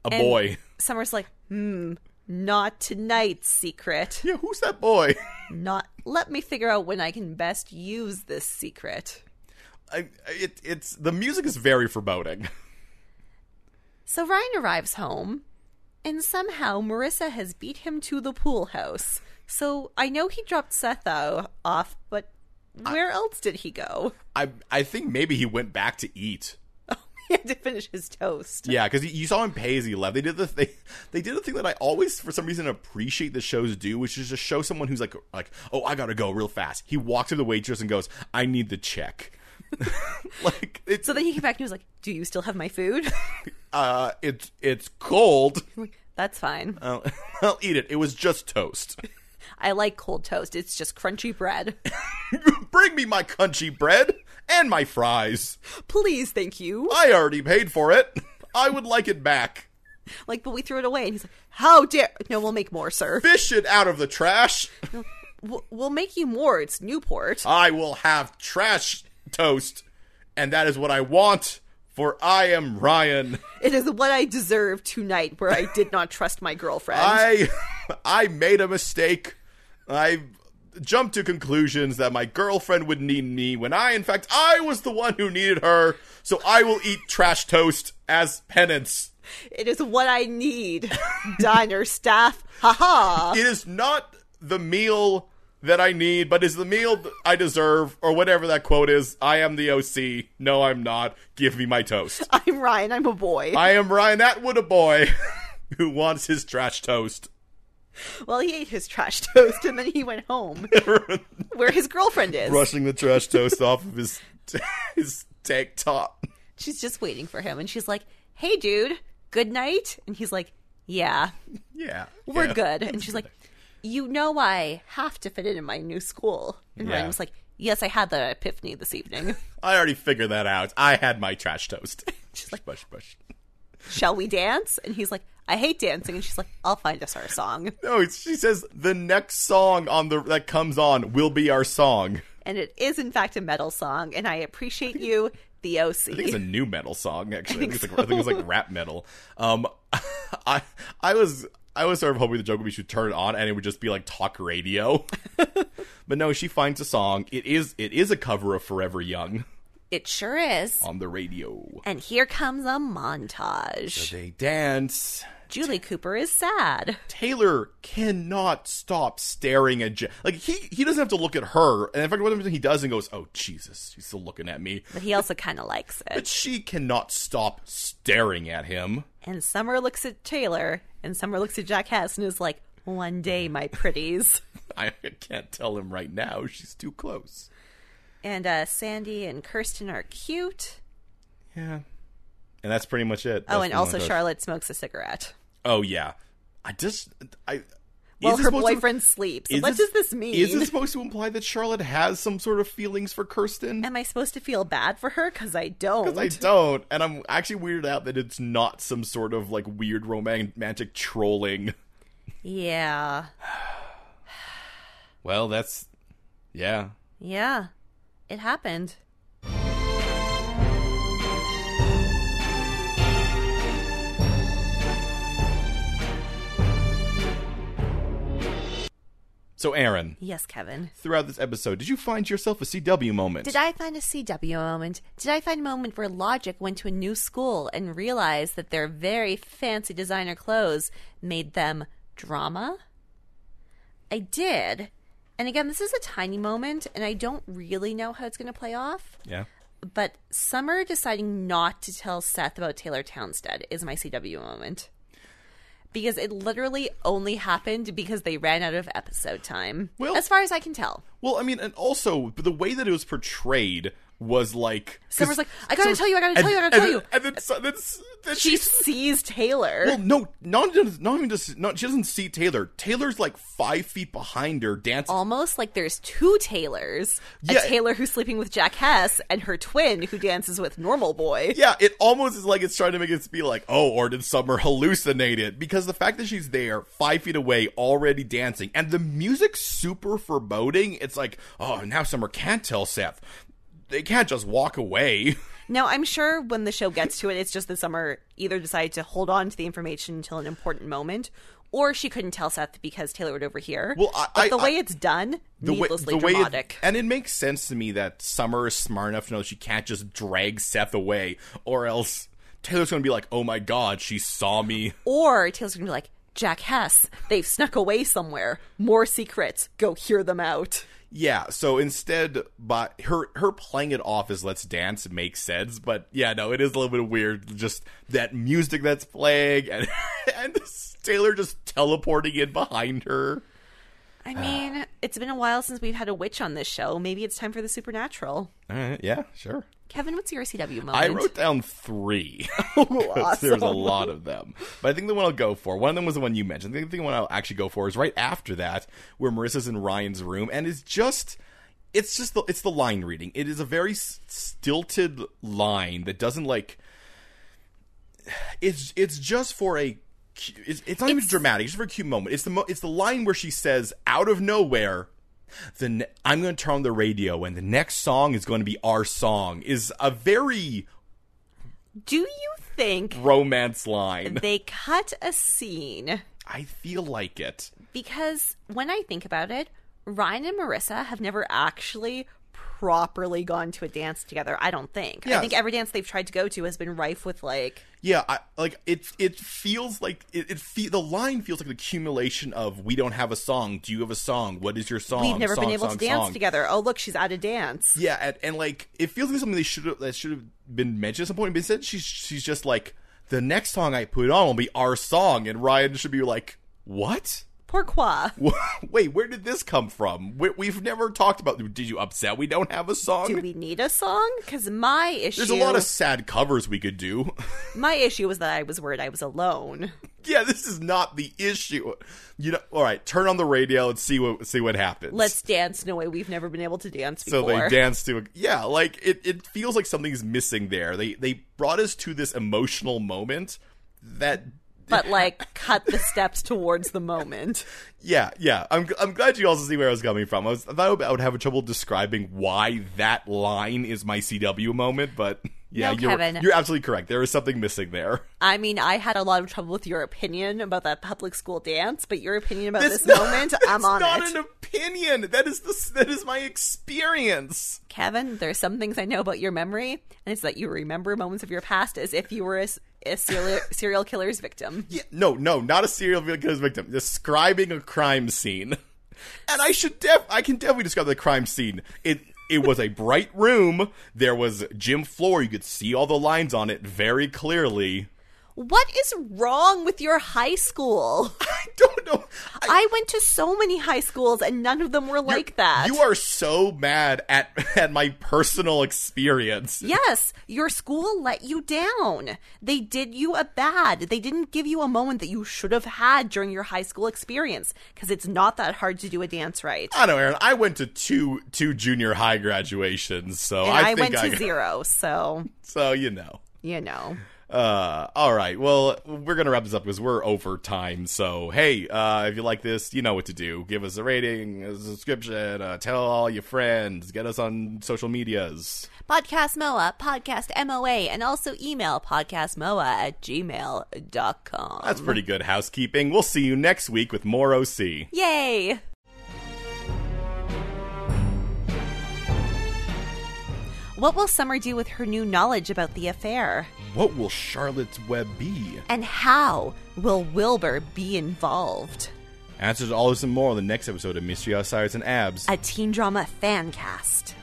S1: a
S2: And
S1: boy [laughs]
S2: Summer's like, hmm, not tonight's secret.
S1: yeah who's that boy. [laughs]
S2: Not let me figure out when I can best use this secret.
S1: I, it, it's the music is very foreboding. [laughs]
S2: So Ryan arrives home, and somehow Marissa has beat him to the pool house. So I know he dropped Seth o- off, but where else did he go? [laughs]
S1: I I think maybe he went back to eat.
S2: he had to finish his toast.
S1: Yeah, because you saw him pay as he left. [laughs] They did the thing. They did the thing that I always, for some reason, appreciate the shows do, which is just show someone who's like, like, oh, I gotta go real fast. He walks to the waitress and goes, "I need the check." [laughs] like it's
S2: So then he came back and he was like, "Do you still have my food?" [laughs]
S1: uh, it's it's cold.
S2: I'm like, That's fine.
S1: I'll, [laughs] I'll eat it. It was just toast.
S2: I like cold toast. It's just crunchy bread. [laughs]
S1: Bring me my country bread and my fries.
S2: Please, thank you.
S1: I already paid for it. I would like it back.
S2: Like, but we threw it away, and he's like, "How dare? No, we'll make more, sir.
S1: Fish it out of the trash.
S2: W- We'll make you more. It's Newport."
S1: I will have trash toast, and that is what I want, for I am Ryan.
S2: It is what I deserve tonight, where I did not trust my girlfriend.
S1: I [laughs] I made a mistake. I jumped to conclusions that my girlfriend would need me when I in fact I was the one who needed her. So I will eat trash toast as penance.
S2: It is what I need. Diner staff, haha.
S1: It is not the meal that I need, but is the meal th- I deserve, or whatever that quote is. I am the OC. No, I'm not. Give me my toast.
S2: I'm Ryan. I'm a boy.
S1: I am Ryan Atwood, a boy [laughs] who wants his trash toast.
S2: well, he ate his trash toast, and then he went
S1: [laughs]
S2: home, where his girlfriend is.
S1: Brushing the trash toast off of his [laughs] his tank top.
S2: She's just waiting for him, and she's like, "Hey, dude, good night." And he's like, "Yeah."
S1: Yeah,
S2: we're
S1: yeah.
S2: good. And she's like, you know, I have to fit in in my new school. And
S1: Yeah.
S2: Ryan was like, yes, I had the epiphany
S1: [laughs]
S2: this evening.
S1: I already figured that out. I had my trash toast.
S2: [laughs] She's like-
S1: brush, brush.
S2: Shall we dance? And he's like, I hate dancing. And she's like, I'll find us our song.
S1: No, it's, she says the next song on the that comes on will be our song.
S2: And it is, in fact, a metal song. And I appreciate you, the
S1: I think it's a
S2: OC.
S1: new metal song. Actually, I think,
S2: think
S1: it's like, I think it was like rap metal. Um, [laughs] I I was I was sort of hoping the joke would be she would turn it on and it would just be like talk radio, but no, she finds a song. It is it is a cover of Forever Young
S2: It sure is.
S1: on the radio.
S2: And here comes a montage.
S1: They dance.
S2: Julie Cooper is sad.
S1: Taylor cannot stop staring at Jack. Like he he doesn't have to look at her, and in fact, one thing he does and goes, "Oh Jesus, she's still looking at me."
S2: But he also kind of likes
S1: But
S2: it.
S1: she cannot stop staring at him.
S2: And Summer looks at Taylor, and Summer looks at Jack Hess and is like, one day, my pretties.
S1: I can't tell him right now. She's too close.
S2: And uh, Sandy and Kirsten are cute.
S1: Yeah. And that's pretty much it.
S2: Oh,
S1: That's
S2: and
S1: the
S2: also
S1: montage.
S2: Charlotte smokes a cigarette
S1: Oh yeah. I just I
S2: while
S1: is this
S2: her
S1: supposed to-
S2: boyfriend sleeps.
S1: is
S2: What does this mean?
S1: Is it supposed to imply that Charlotte has some sort of feelings for Kirsten?
S2: Am I supposed to feel bad for her? Because
S1: [laughs]
S2: I don't.
S1: I don't, and I'm actually weirded out that it's not some sort of like weird romantic trolling.
S2: Yeah,
S1: Well, that's yeah.
S2: yeah, it happened.
S1: So, Aaron,
S2: Yes, Kevin.
S1: throughout this episode, did you find yourself a CW moment?
S2: Did I find a CW moment? Did I find a moment where Logic went to a new school and realized that their very fancy designer clothes made them drama? I did. And again, this is a tiny moment, and I don't really know how it's going to play off.
S1: Yeah.
S2: But Summer deciding not to tell Seth about Taylor Townstead is my CW moment. Because it literally only happened because they ran out of episode time.
S1: Well-
S2: as far as I can tell.
S1: Well, I mean, and also the way that it was portrayed was like 'cause-
S2: Summer's like, "I gotta tell you, I gotta
S1: and-
S2: tell you, I gotta
S1: and
S2: tell
S1: then-
S2: you."
S1: And then, so- then, s- then
S2: She
S1: she's
S2: sees Taylor.
S1: well, no, not even- not even just not. She doesn't see Taylor. Taylor's like five feet behind her dancing.
S2: almost like there's two Taylors
S1: Yeah.
S2: a Taylor who's sleeping with Jack Hess and her twin who dances with Normal Boy.
S1: yeah, it almost is like it's trying to make it be like, oh, or did Summer hallucinate it? Because the fact that she's there, five feet away, already dancing, and the music's super foreboding. It's like, oh, now Summer can't tell Seth. They can't just walk away.
S2: Now, I'm sure when the show gets to it, it's just that Summer either decided to hold on to the information until an important moment. Or she couldn't tell Seth because Taylor would overhear.
S1: Well, I-
S2: but
S1: I-
S2: the way
S1: I-
S2: it's done, needlessly
S1: it-
S2: dramatic.
S1: and it makes sense to me that Summer is smart enough to know she can't just drag Seth away, or else Taylor's going to be like, "Oh my God, she saw me." [laughs]
S2: or Taylor's gonna be like, Jack Hess, they've snuck away somewhere. More secrets. Go hear them out.
S1: Yeah. So instead, but her her playing it off as "Let's Dance" makes sense, but yeah, no, it is a little bit weird. Just that music that's playing, and [laughs] and Taylor just teleporting in behind her.
S2: I
S1: Ah.
S2: mean, it's been a while since we've had a witch on this show. Maybe it's time for the supernatural.
S1: All right. Yeah. Sure.
S2: Kevin, what's your CW moment?
S1: I wrote [laughs] down three. [laughs] 'Cause There's a
S2: awesome.
S1: lot of them. But I think the one I'll go for, one of them was the one you mentioned. I think the one I'll actually go for is right after that, where Marissa's in Ryan's room and is just. It's just the it's the line reading. It is a very s- stilted line that doesn't like. It's it's just for a. cu- It's, it's not even dramatic. It's just for a cute moment. It's the mo- it's the line where she says out of nowhere, the ne- I'm going to turn on the radio and the next song is going to be our song is a very
S2: Do you think
S1: Oh, romance line.
S2: they cut a scene?
S1: I feel like it.
S2: Because when I think about it, Ryan and Marissa have never actually properly gone to a dance together, I don't think. I
S1: Yes.
S2: think every dance they've tried to go to has been rife with, like,
S1: Yeah, I, like it. It feels like it. it fe- the line feels like an accumulation of "We don't have a song. Do you have a song? What is your song?
S2: we've never
S1: Song,
S2: been able
S1: song,
S2: to dance
S1: song."
S2: together. Oh, look, she's at a dance.
S1: Yeah, and, and like it feels like something they should have that should have been mentioned at some point. But instead, she's she's just like the next song I put on will be our song, and Ryan should be like, "What?
S2: Pourquoi?
S1: [laughs] Wait, where did this come from? We, we've never talked about. Did you upset? We don't have a song.
S2: Do we need a song? Because my issue,
S1: There's a lot of sad covers we could do." [laughs]
S2: my issue was that I was worried I was alone.
S1: yeah, this is not the issue. You know, all right, turn on the radio and see what see what happens.
S2: Let's dance in a way we've never been able to dance
S1: so
S2: before.
S1: they dance to a, yeah, like it, it feels like something's missing there. They they brought us to this emotional moment that
S2: but like cut the steps towards the moment.
S1: yeah yeah I'm I'm glad you also see where I was coming from. I, was, I thought I would have trouble describing why that line is my CW moment, but [laughs] yeah,
S2: No,
S1: you're
S2: Kevin.
S1: you're absolutely correct. There is something missing there.
S2: I mean, I had a lot of trouble with your opinion about that public school dance, but your opinion about
S1: It's [laughs]
S2: this
S1: not-
S2: moment, I'm
S1: it's
S2: on
S1: not
S2: it.
S1: an opinion. That is the that is my experience.
S2: Kevin, there's some things I know about your memory, and it's that you remember moments of your past as if you were a, s- a serial, [laughs] serial killer's victim.
S1: Yeah, no, no, not a serial killer's victim. Describing a crime scene, and I should def I can definitely describe the crime scene. It it was a bright room. There was gym floor. You could see all the lines on it very clearly.
S2: What is wrong with your high school?
S1: I don't know. I,
S2: I went to so many high schools, and none of them were like that.
S1: you are so mad at at my personal experience.
S2: Yes, your school let you down. They did you a bad. They didn't give you a moment that you should have had during your high school experience because it's not that hard to do a dance right.
S1: I don't know, Aaron. I went to two two junior high graduations, so
S2: And
S1: Oh, I,
S2: I,
S1: think
S2: went
S1: I
S2: to zero, so,
S1: so you know.
S2: you know.
S1: Uh, all right. Well, we're gonna wrap this up because we're over time. So, hey, uh, if you like this, you know what to do. Give us a rating, a subscription, uh, tell all your friends, get us on social medias.
S2: Podcast MOA, podcast MOA, and also email podcastmoa at gmail.com.
S1: That's pretty good housekeeping. We'll see you next week with more OC.
S2: Yay! What will Summer do with her new knowledge about the affair?
S1: What will Charlotte's Web be?
S2: And how will Wilbur be involved?
S1: Answers to all this and more on the next episode of Mystery Outsiders and Abs.
S2: A teen drama fan cast.